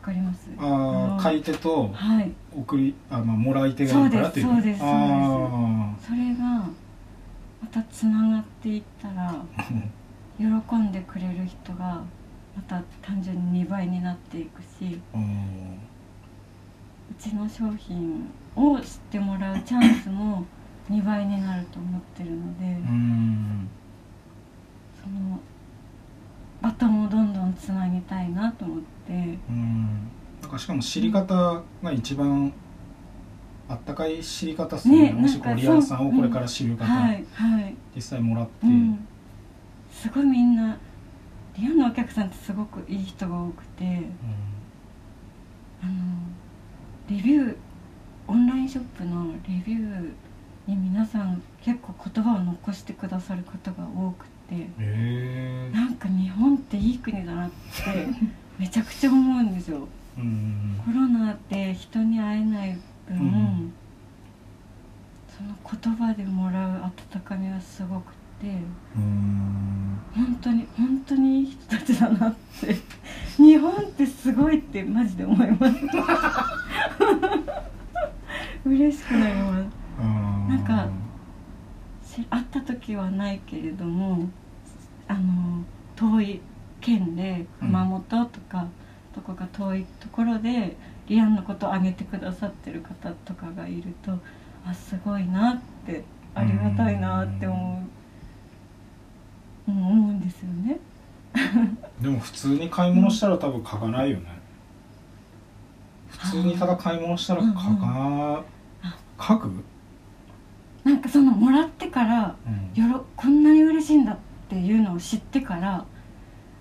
C: わかります
B: うあ
C: う
B: あ
C: ん
B: 買い手と
C: はい
B: 送りあ、まあ、もらい手があるからっていう
C: そうですそうですそうです
B: あ
C: それがまたつながっていっ
B: (laughs)
C: たら
B: ー
C: 喜んでくれる人がまた単純に2倍になっていくし
B: うん
C: うちの商品を知ってもらうチャンスも2倍になると思ってるので、
B: うん
C: そのバトンをどんどんつなぎたいなと思って
B: うんなんかしかも知り方が一番あったかい知り方です
C: ね
B: ね
C: え
B: もしこ
C: な
B: うん
C: か
B: リ
C: そう
B: アンさんをこれから知る方、
C: はいはい、
B: 実際もらって、
C: うん、すごいみんなリアンのお客さんってすごくいい人が多くて。
B: う
C: あのレビューオンラインショップのレビューに皆さん結構言葉を残してくださる方が多くて
B: んへえ
C: なんか日本っていい国だなってめちゃくちゃ思うんですよ
B: うん
C: コロナって人に会えない分、
B: うん
C: その言葉でもらう温かみはすごくて
B: うん
C: 本当に本当にいい人たちだなって (laughs) 日本ってすごいってマジで思います (laughs) 嬉しくなりま
B: うん
C: なんかすし会った時はないけれどもあの遠い県で熊本とか、どこか遠いところでリアンのことをあげてくださってる方とかがいるとあすごいなってありがたいなって思う、うん、思うんですよね。
B: でも普通に買い物したら多分書かないよね、普通にただ買い物したら書か、書く、
C: なんかそのもらってから
B: うん
C: よろこんなに嬉しいんだっていうのを知ってから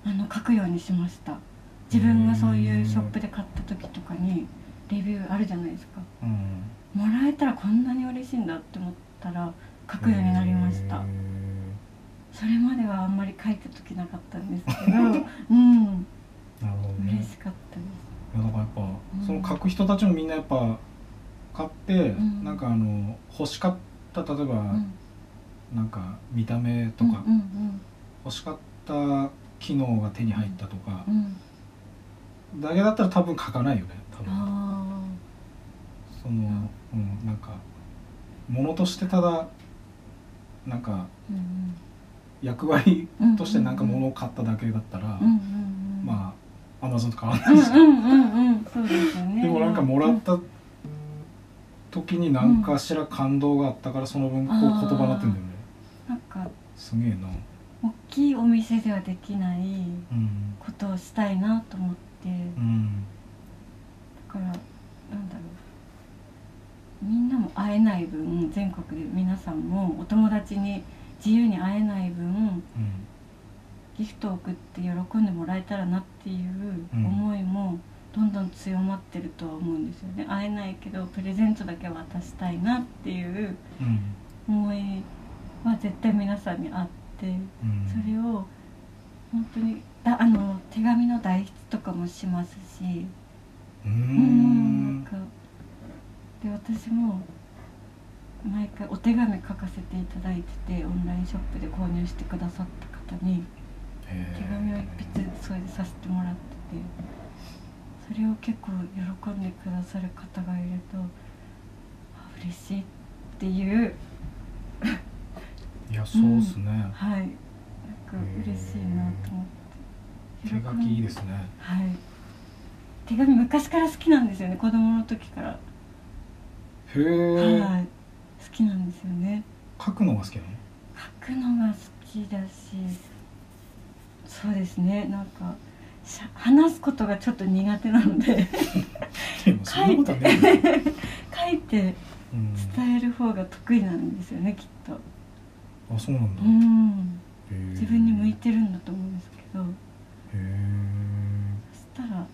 C: あの書くようにしました自分がそういうショップで買った時とかにレビューあるじゃないですか
B: うん
C: もらえたらこんなに嬉しいんだって思ったら書くようになりました
B: へ
C: それまではあんまり書いた時なかったんです
B: (laughs)
C: けどう
B: えな
C: ん
B: るほどね
C: 嬉しかったで
B: いやだからやっぱ、
C: ん
B: その書く人たちもみんなやっぱ買って、
C: ん
B: なんかあの欲しかった例えば、
C: す、うん、
B: なんか見た目とか、
C: うんうん
B: 欲しかった機能が手に入ったとか
C: う、んうん
B: だけだったら多分書かないよね多分
C: あ
B: その、うん、なんか物としてただなんか
C: ーうん
B: 役割としてなんか物を買っただけだったら、
C: うんうんうんうん
B: まあアマゾンと変わらな
C: う
B: んいうし、
C: んうんうんそうですよね
B: でもなんかもらった時に何かしら感動があったからその分こう
C: あ
B: 言
C: ー
B: 葉になってんだよね
C: なんか
B: すげえな
C: 大きいお店ではできない
B: うん
C: ことをしたいなと思って
B: うん
C: だからなんだろうみんなも会えない分全国で皆さんもお友達に自由に会えない分
B: うん
C: ギフトを送って喜んでもらえたらなっていう
B: うん
C: 思いもどんどん強まってるとは思うんですよね会えないけどプレゼントだけは渡したいなっていう
B: うん
C: 思いは絶対皆さんにあって。
B: うん
C: それを本当にだあの手紙の代筆とかもしますし
B: うー
C: うーんなん
B: ん
C: かで私も毎回お手紙書かせていただいててオンラインショップで購入してくださった方に
B: へ
C: 手
B: ー
C: 紙を一筆それでさせてもらっててそれを結構喜んでくださる方がいるとあ嬉しいっていう
B: いやそうっすね
C: はいなんか嬉しいなと思っ
B: 手
C: て喜ん
B: 書きいいですね
C: はい手紙昔から好きなんですよね子供の時から、
B: へえ
C: はい好きなんですよね
B: 書くのが好きなの
C: 書くのが好きだしそうですねなんかしゃ話すことがちょっと苦手なので (laughs)
B: でもそんなことはねえよ
C: 書いって
B: うん
C: 伝える方が得意なんですよねきっと
B: あそうなんだ、
C: うん
B: へー
C: 自分に向いてるんだと思うんですけど
B: へー
C: そしたら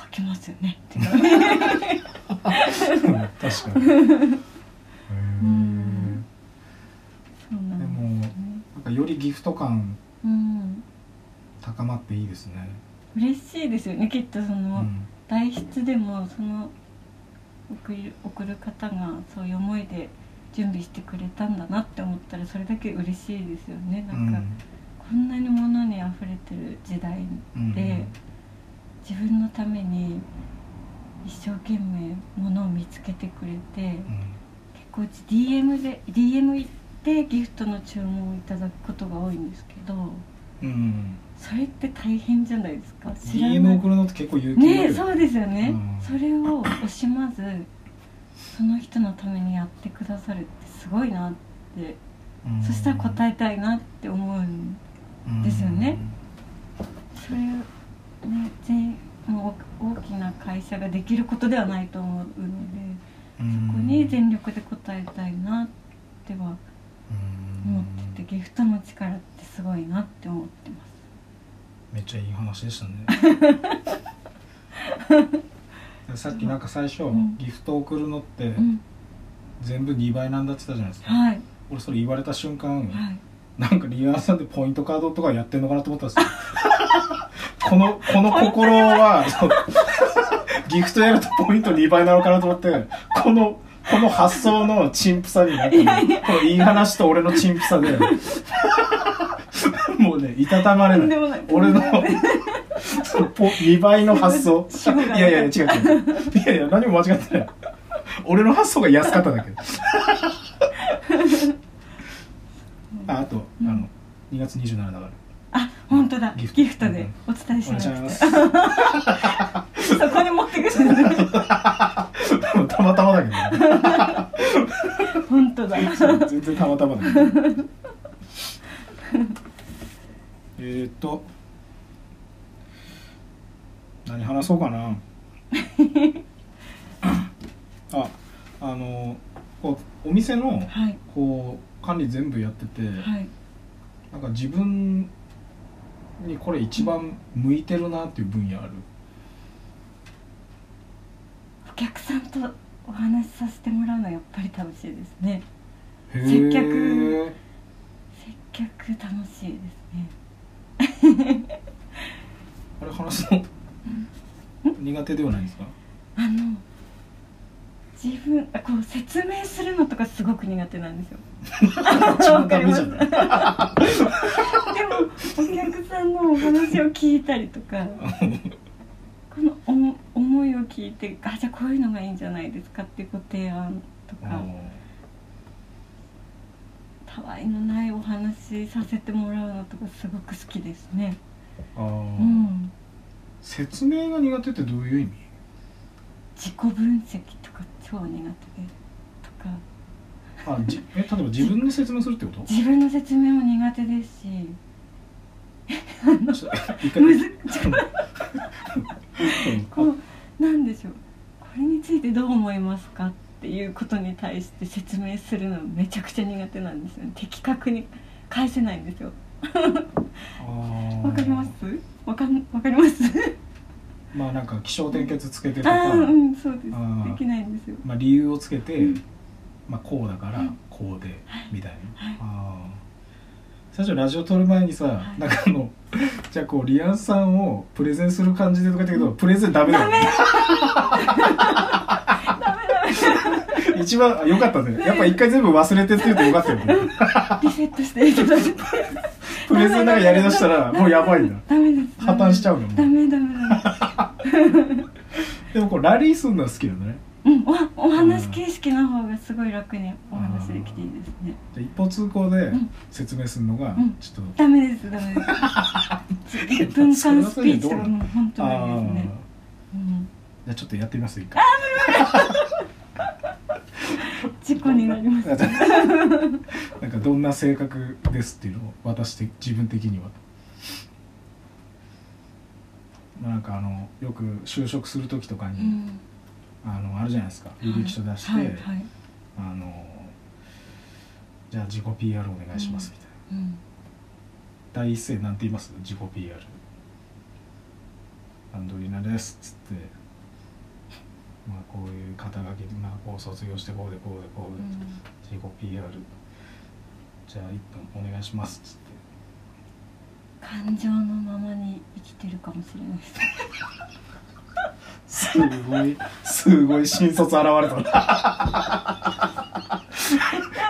C: 書きますよねって
B: 確かに。へー
C: んそうな
B: で
C: んです
B: も
C: よね
B: なんかよりギフト感
C: うん
B: 高まっていいですね。
C: 嬉しいですよねきっとそうの、
B: ん、
C: 代筆でもその送り送る方がそういう思いで準備してくれたんだなって思ったらそれだけ嬉しいですよねなんか、こんなに物に溢れてる時代
B: うん
C: で自分のために一生懸命物を見つけてくれ
B: う
C: て
B: ん
C: 結構うち DM で DM 行ってギフトの注文をいただくことが多いんですけど
B: うんうん、
C: それって大変じゃないですか知らない
B: DM 送るのって結構勇気い
C: ね
B: る
C: えそうですよね、
B: うん
C: それを惜しまずその人のためにやってくださるってすごいなって、
B: うん
C: そしたら答えたいなって思うん
B: うん
C: ですよねそれね全員もう大大きな会社ができることではないと思うので
B: うん
C: そこに全力で応えたいなって
B: う
C: は
B: ん
C: 思っててギフトの力ってすごいなって思ってます
B: めっちゃいい話でしたね
C: (laughs)
B: さっきなんか最初、
C: ん
B: ギフト送るのって
C: うん
B: 全部2倍なんだって言ったじゃないですか、
C: はい
B: 俺それ言われた瞬間、
C: はい
B: なんかリアーさんでポイントカードとかやってんのかなと思ったんですよ (laughs) このこの心はそうギフトやるとポイント2倍なのかなと思ってこのこの発想の陳腐さになんかこのいい話と俺の陳腐さでもうねいたたまれ
C: とん
B: な
C: で
B: い
C: もない (laughs)
B: 俺のそのポ2倍の発想
C: 主語
B: い
C: が
B: やいや違う違ういやいや何も間違ってない俺の発想が安かっただけああと、あの2月27だから
C: あ本当だ
B: ギ
C: ギ
B: フ
C: フ
B: ト
C: トでお伝え
B: お
C: し
B: 願
C: ないく
B: してます。
C: そこに持ってくる
B: たまたまだけど、ね、
C: 本当だ
B: 全然たまたまだけど、 (laughs) えーっと何話そうか
C: (laughs)
B: なああのこうお店の
C: はい
B: こう管理全部やってて、
C: はい
B: なんか自分にこれ一番向いてるなっていう分野ある
C: お客さんとお話しさせてもらうのはやっぱり楽しいですね
B: へ
C: 接客
B: ー
C: 接客楽しいですね
B: あれ話すの苦手ではないですか
C: あの自分あこう説明するのとかすごく苦手なんですよ (laughs) わかりますでもお客さんのお話を聞いたりとかこの思思いを聞いてあじゃあこういうのがいいんじゃないですかっていうご提案と
B: あ
C: か、
B: ー
C: たわいのないお話させてもらうのとかすごく好きですね。
B: あ
C: う
B: ー、
C: ん、
B: 説明が苦手ってどういう意味
C: 自己分析とか超苦手でとか
B: あじえ例えば自分で説明するってこと
C: 自分の説明も苦手ですし
B: ちょっと一回 (laughs)
C: むず
B: うん
C: こうなんでしょうこれについてどう思いますかっていうことに対して説明するのめちゃくちゃ苦手なんですよね的確に返せないんですよ
B: あー
C: わかりますわかんわかります
B: まあなんか気象点結つけてと
C: あ
B: か
C: あうんそうですで
B: あー
C: きないんですよ
B: まあ、理由をつけて、
C: うん
B: まあ、こうだから
C: うん
B: こうでみたいな、
C: はい
B: あー最初ラジオ撮る前にさ、
C: い
B: なんかあのじゃあこうリアンさんをプレゼンする感じでとか言ったけど、プレゼンダメだよ (laughs) ね一番あよかったねやっぱ一回全部忘れてって言うとよかったよね
C: リセットしていただいて
B: プレゼンなんかやりだしたらもうやばいんだ
C: ダメです
B: 破綻しちゃうよもう
C: ダメダメダ
B: でもこうラリーするのは好きだね
C: メうんわお話形式の方がすごい楽にお話できていいですね
B: じゃあ一方通行で
C: ん
B: 説明するのが
C: うん
B: ちょっと、
C: ダメですダメ (laughs) です1分間スピーチとかもう本当
B: あ
C: ダメです
B: ー
C: ねうん
B: じゃあちょっとやってみます一
C: (laughs)
B: 回
C: 事故になります
B: なんかどんな性格ですっていうのを私的自分的にはなんかあのよく就職する時とか
C: う
B: に、
C: ん
B: あのあるじゃないですか履歴書出して、
C: はいはい
B: あのじゃあ自己 PR お願いしますみたいな、
C: うん、
B: 第一声なんて言います自己 PR アンドリーナですっつってまあこういう肩書きで、まあ、こう卒業してこうでこうでこうで、自己 PR じゃあ1分お願いしますっつって
C: 感情のままに生きてるかもしれないです
B: すごい、すごい新卒現れたな。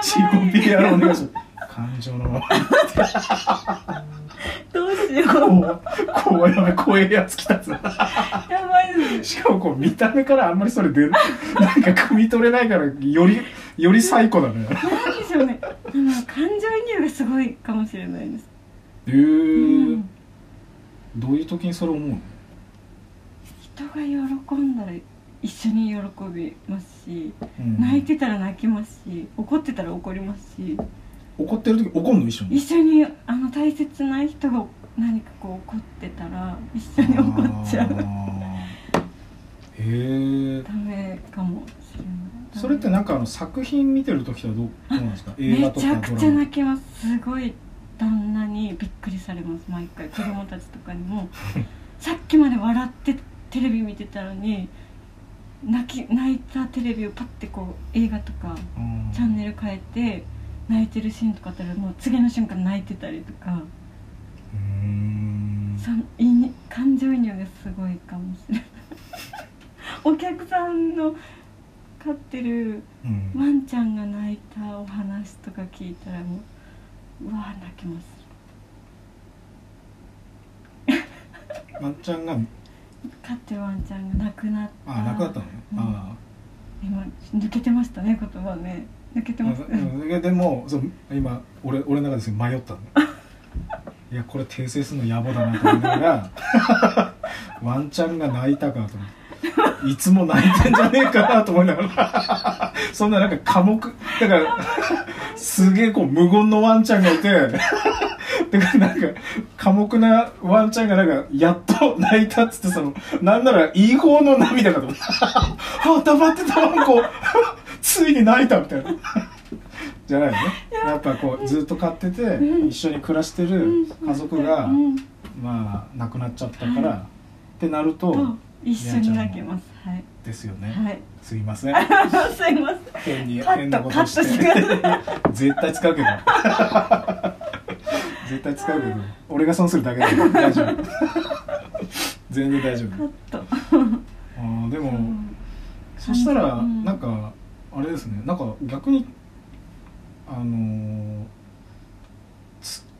B: 自己 PR お願いします。感情のまま。
C: (laughs) どうしよ
B: こう、こうやべ、怖えやつ来たぞ。
C: うやばいです
B: しかもこう、見た目からあんまりそれ出る。なんか、汲み取れないから、より、より最高だね。
C: なんでしょうねでも感情移入がすごいかもしれないです、
B: え
C: う
B: ー
C: ん、
B: どういう時にそれ思うの
C: 人が喜んだら一緒に喜びますし
B: うん
C: 泣いてたら泣きますし怒ってたら怒りますし
B: 怒ってる時、怒んの一緒に。
C: 一緒にあの大切な人が何かこう怒ってたら一緒に怒っちゃう
B: あー。へえ。
C: ダメかもしれない
B: それってなんかあの作品見てる時はどうどうなんですか映画
C: め
B: と
C: ち
B: か
C: ゃ
B: ド
C: く
B: ラ
C: ちゃ
B: マ
C: 泣きますすごい旦那にびっくりされます毎回子供たちとかに
B: (laughs)
C: もさっきまで笑ってテレビ見てたのに泣き泣いたテレビをパッてこう映画とかチャンネ
B: ル
C: ル変えて泣いてるシーンとかあったらもう次の瞬間泣いてたりとか
B: うーん
C: その移入感情移入がすごいかもしれない (laughs) お客さんの飼ってる
B: うん
C: ワンちゃんが泣いたお話とか聞いたらもううわー泣きます
B: まっちゃんが
C: 飼ってるワンちゃんが亡くなった
B: あ亡くなったのね
C: うん
B: あ
C: 今抜けてましたね言葉ね抜けて
B: あ
C: ます
B: うんいやでもそう今俺俺の中ですごい迷ったのいやこれ訂正するの野暮だなと思いながら (laughs) ワンちゃんが泣いたかと思っていつも泣いてんじゃねえかなと思いながらそんななんか寡黙だからすげえこう無言のワンちゃんがいて (laughs) だからなんか寡黙なワンちゃんがなんかやっと泣いたっつってそのなんならいい方の涙かと思ってあ黙ってたまんこう (laughs) ついに泣いたみたいな。じゃないよねやっぱこうずっと飼ってて、
C: うん
B: 一緒に暮らして
C: う
B: る
C: ん
B: 家族が、
C: うん
B: まあ亡くなっちゃったから、
C: はい
B: ってなると、
C: と一緒に泣けますはい
B: ですよね、 (laughs)
C: はい (laughs)
B: すいません
C: すいません
B: 変に
C: カット
B: 変なことし
C: カットして
B: て
C: く
B: 絶対使うけど (laughs) 絶対使うけど俺が損するだけだから大丈夫全然大丈
C: カ
B: 夫
C: ット
B: あーでも、
C: うん
B: そしたら、
C: うん
B: なんかあれですねなんか逆にあのー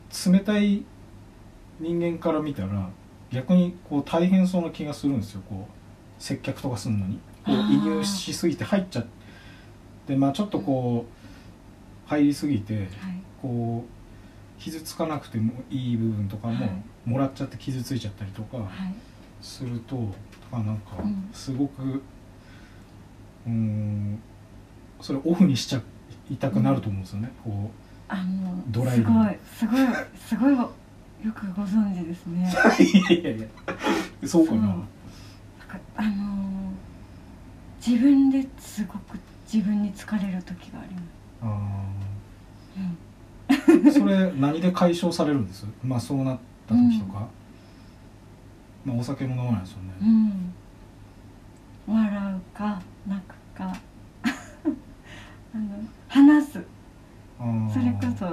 B: つ冷たい人間から見たら逆にこう大変そうな気がするんですよこう接客とかするのにこう
C: あー
B: 移入しすぎて入っちゃってまあちょっとこう入りすぎて
C: はい
B: こう傷つかなくてもいい部分とかも
C: はい
B: もらっちゃって傷ついちゃったりとか。
C: はい
B: するとあなんか
C: うん
B: すごくうーんそれオフにしちゃいたくなると思うんですよね、こ
C: あの
B: ドライ
C: す
B: ブ
C: ごいすごいすごいよくご存知ですね
B: ういやいやいやそう (laughs) かな
C: なんかあのー自分ですごく自分に疲れる時があります、
B: あ
C: うん
B: ーそれ何で解消されるんですまあそうなった時とか、まあお酒も飲まないですよね、
C: うん、笑うか泣くか (laughs) あの話す
B: あー
C: それこそ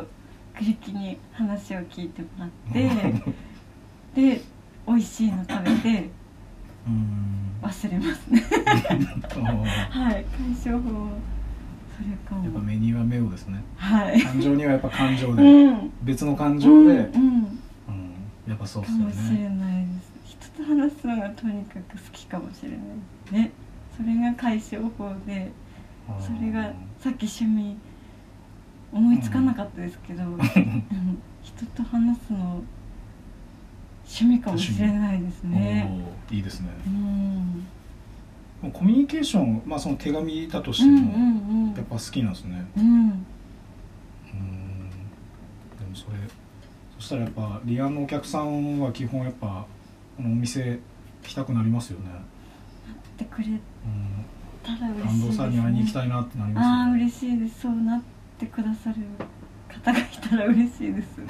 C: クリキに話を聞いてもらってで美味しいの食べて
B: うーんあ
C: 忘れますね
B: ー
C: はい解消法はそれか
B: やっぱ
C: も
B: 目には目をですね
C: はい
B: 感情にはやっぱ感情
C: う
B: で、
C: ん
B: 別の感
C: 感
B: 情で、
C: う
B: うん
C: うんん、
B: やっぱそうで
C: か
B: すよ
C: もし
B: ね
C: れないです人と話すのがとにかく好きかもしれないねそれが解消法で
B: あー
C: それがさっき趣味思いつかなかったです
B: (laughs)
C: けど、うん人と話すの趣味かもしれないですね。
B: おーいいですね
C: うん、
B: もうコミュニケーション、まあ、その手紙だとし
C: う
B: て
C: んう
B: も、
C: ん
B: やっぱ好きなんですね
C: うんうん
B: うーんでもそれそしたらやっぱリアのお客さんは基本やっぱこのお店来たくなりますよね
C: 会ってくれ
B: うん
C: たら嬉しいで
B: 安藤
C: す、ね、
B: さんに会いに行きたいなってなります
C: ああ
B: ね
C: 嬉しいですそうなってくださる方がいたら嬉しい
B: (laughs)
C: です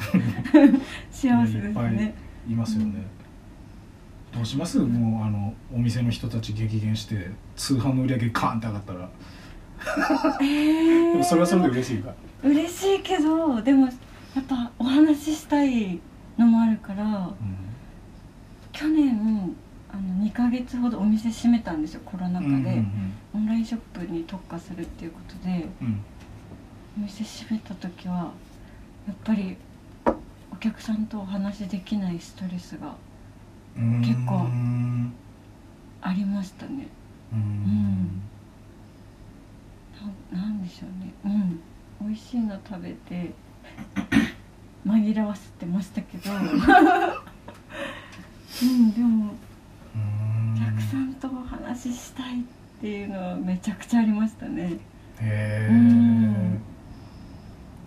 C: 幸せ
B: い
C: で
B: っ
C: す
B: ぱい
C: ね
B: いますよね、どうしますもうあのお店の人たち激減して通販の売り上げカーンって上がったらで
C: えー
B: もそれはそれで嬉しいから
C: 嬉しいけどでもやっぱお話ししたいのもあるから
B: う
C: 去年あの2ヶ月ほどお店閉めたんですよコロナ禍
B: ん
C: で、オンラインショップに特化するっていうことで
B: うんうん
C: お店閉めた時はやっぱりお客さんとお話しできないストレスが
B: うんうん
C: 結構
B: うん
C: ありましたね
B: うん
C: ななんでしょうねうん美味しいの食べ
B: (laughs)
C: て紛らわせてましたけどうんでもお客さんとお話ししたいっていうのはめちゃくちゃありましたね
B: へ
C: う
B: え
C: ん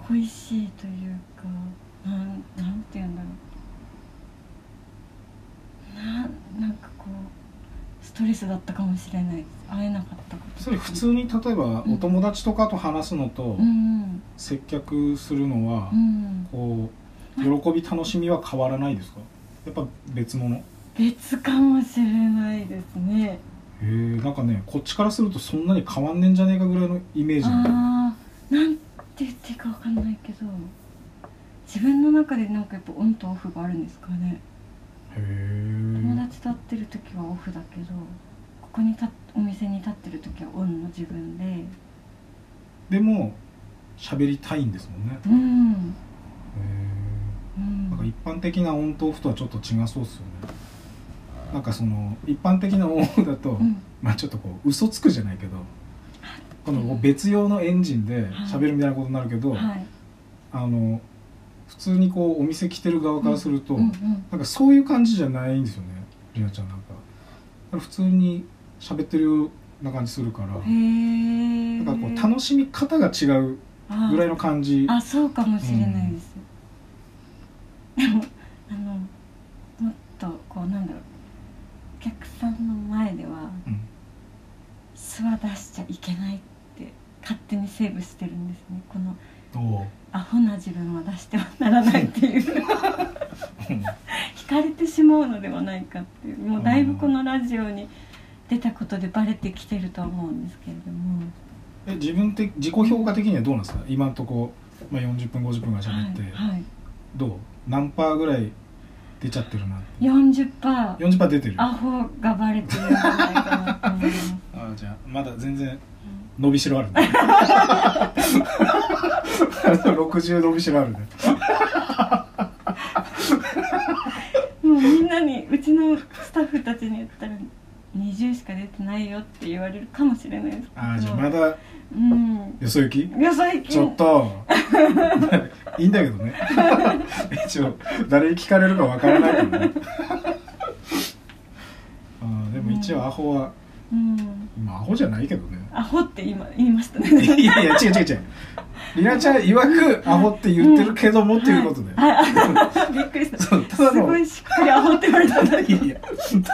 C: 恋しいというかなんなんて言うんだろうななんかこうストレスだったかもしれないです会えなかったこと
B: それ普通に例えばお友達とかと話すのと
C: うん
B: 接客するのは
C: うん
B: こう喜び楽しみは変わらないですかやっぱ別物へ
C: 別かもしれないですね
B: えんかねこっちからするとそんなに変わんねえんじゃねえかぐらいのイメージなの
C: ああなんて言っていいかわかんないけど自分の中でなんかやっぱオンとオフがあるんですかね
B: へ
C: 友
B: え
C: 達と会ってる時はオフだけどここに立っお店に立ってる時はオンの自分で
B: でも喋りたいんですもんねへ
C: うんう
B: え
C: ん
B: なんか一般的なオンとオフとはちょっと違そうっすよねなんかその一般的なオンオフだと、
C: うん
B: まあちょっとこう嘘つくじゃないけどこの別用のエンジンで喋るみたいなことになるけど、
C: はい
B: あの普通にこうお店来てる側からすると、
C: うんうん
B: なんかそういう感じじゃないんですよねりなちゃんなんかなんか普通に喋ってるような感じするから
C: へえ
B: なんかこう楽しみ方が違うぐらいの感じ
C: あそうかもしれないです、でもあのもっとこうなんだろうお客さんの前では
B: うん
C: 素は出しちゃいけないって勝手にセーブしてるんですねこの
B: どう
C: アホな自分は出してはならないっていう
B: うん
C: 惹かれてしまうのではないかっていうもうだいぶこのラジオに出たことでバレてきてるとは思うんですけれども
B: え自分的自己評価的にはどうなんですか今んとこ、まあ、40分50分が
C: は
B: 喋って、
C: い、はい、
B: どう何パーぐらい出ちゃってるなって
C: 40%
B: 40%出てる
C: アホがバレてるんじゃないかなと思います
B: ああじゃあまだ全然伸びしろあるね (laughs) 60伸びしろあるね
C: もうみんなにうちのスタッフたちに言ったら20しか出てないよって言われるかもしれないですけど
B: ああじゃあまだ
C: うん
B: よそ行き
C: いや最近
B: ちょっと (laughs) いいんだけどね (laughs) 一応誰に聞かれるかわからないけ
C: (laughs)
B: どねあーでも一応アホは、
C: うん
B: まあアホじゃないけどね
C: アホって今言いました
B: (laughs) い
C: ね
B: やいや違う違う違うりなちゃん曰くアホって言ってるけどもっていうことで、
C: はいびっくりした
B: そうただ
C: す
B: の
C: ごいしっかりアホって言われたんだ
B: いやいや、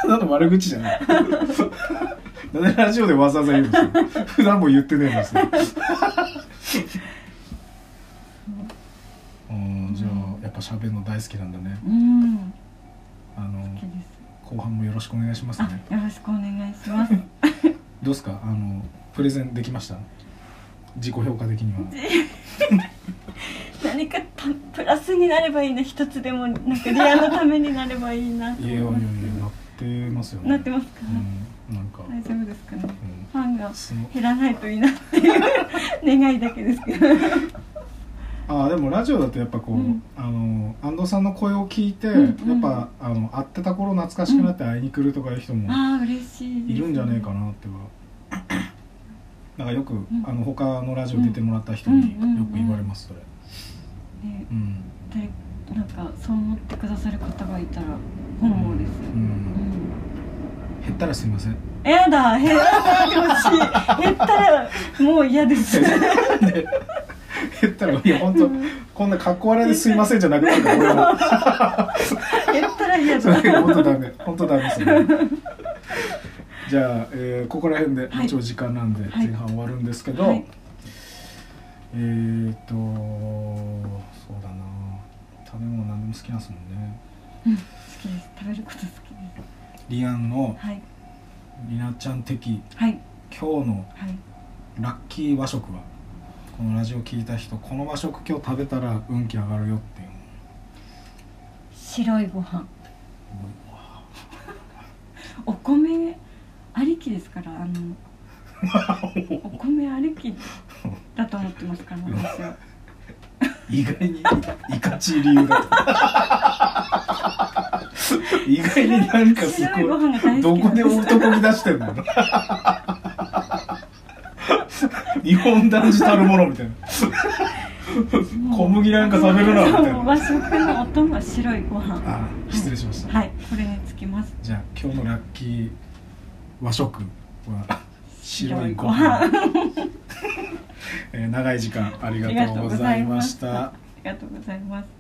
B: ただの悪口じゃない。なんでラジオでわざわざ言うんですよ。普段も言ってねえんです (laughs) よ。うん、じゃあ、やっぱ喋るの大好きなんだね。
C: うん
B: あの、
C: 好きです
B: 後半もよろしくお願いします
C: あ
B: ね。
C: よろしくお願いします
B: どうですか、あの、プレゼンできました。自己評価的には。
C: 何かたプラスになればいいな一つでもなんかリアのためになればいいない
B: やいやいや、なってますよね。
C: なってますか
B: うん、なんか、
C: 大丈夫ですかね
B: うん
C: ファンが
B: すご
C: 減らないといいなっていう願いだけですけど
B: あーでもラジオだとやっぱこう、
C: うん
B: あの安藤さんの声を聞いて、
C: うんうん
B: やっぱあの会ってた頃懐かしくなって会いに来るとかいう人も
C: ああ嬉しいです
B: いるんじゃねえかなっては、
C: (laughs)
B: なんかよく、
C: ん
B: あの他のラジオ出てもらった人に
C: うんうんうん
B: よく言われますそれ、
C: ね
B: うん
C: でなんかそう思ってくださる方がいたら本望です、
B: う、
C: うんん、
B: 減ったらすいません (laughs)
C: やだ減らないでほしい減ったらもう嫌 (laughs) です
B: で減ったらいや本当、こんな格好悪いですいませんじゃなくなるから俺も
C: 減ったら嫌
B: それ
C: だ
B: 本当ダメ本当ダメですねじゃあ、えーここら辺で、
C: はい
B: 一応時間なんで
C: はい
B: 前半終わるんですけど、
C: はい
B: えー、っとそうだな食べ物何でも好きなんですもんね
C: うん好きです食べること好きです
B: リアンの
C: はい
B: りなちゃん的
C: はい
B: 今日の
C: はい
B: ラッキー和食はこのラジオ聞いた人この和食今日食べたら運気上がるよっていう
C: 白いご飯 (laughs) お米ありきですからあのお米ありきだと思ってますから私 (laughs) は
B: 意外にいかちい理由だと意外になんかす
C: 白いご飯が
B: ごい
C: 大好
B: ど
C: きな
B: こ
C: んで
B: です男気出してんの日本男児たるものみたいな小麦なんか食べるなみたい
C: もう
B: な
C: 和食のお供は白いご飯
B: あ失礼しました、
C: はいこれにつきます
B: じゃあ今日のラッキー和食は白いご飯
C: 白いご飯
B: えー長い時間ありがとうございまし
C: (laughs) ありがとうございましたありがとうございます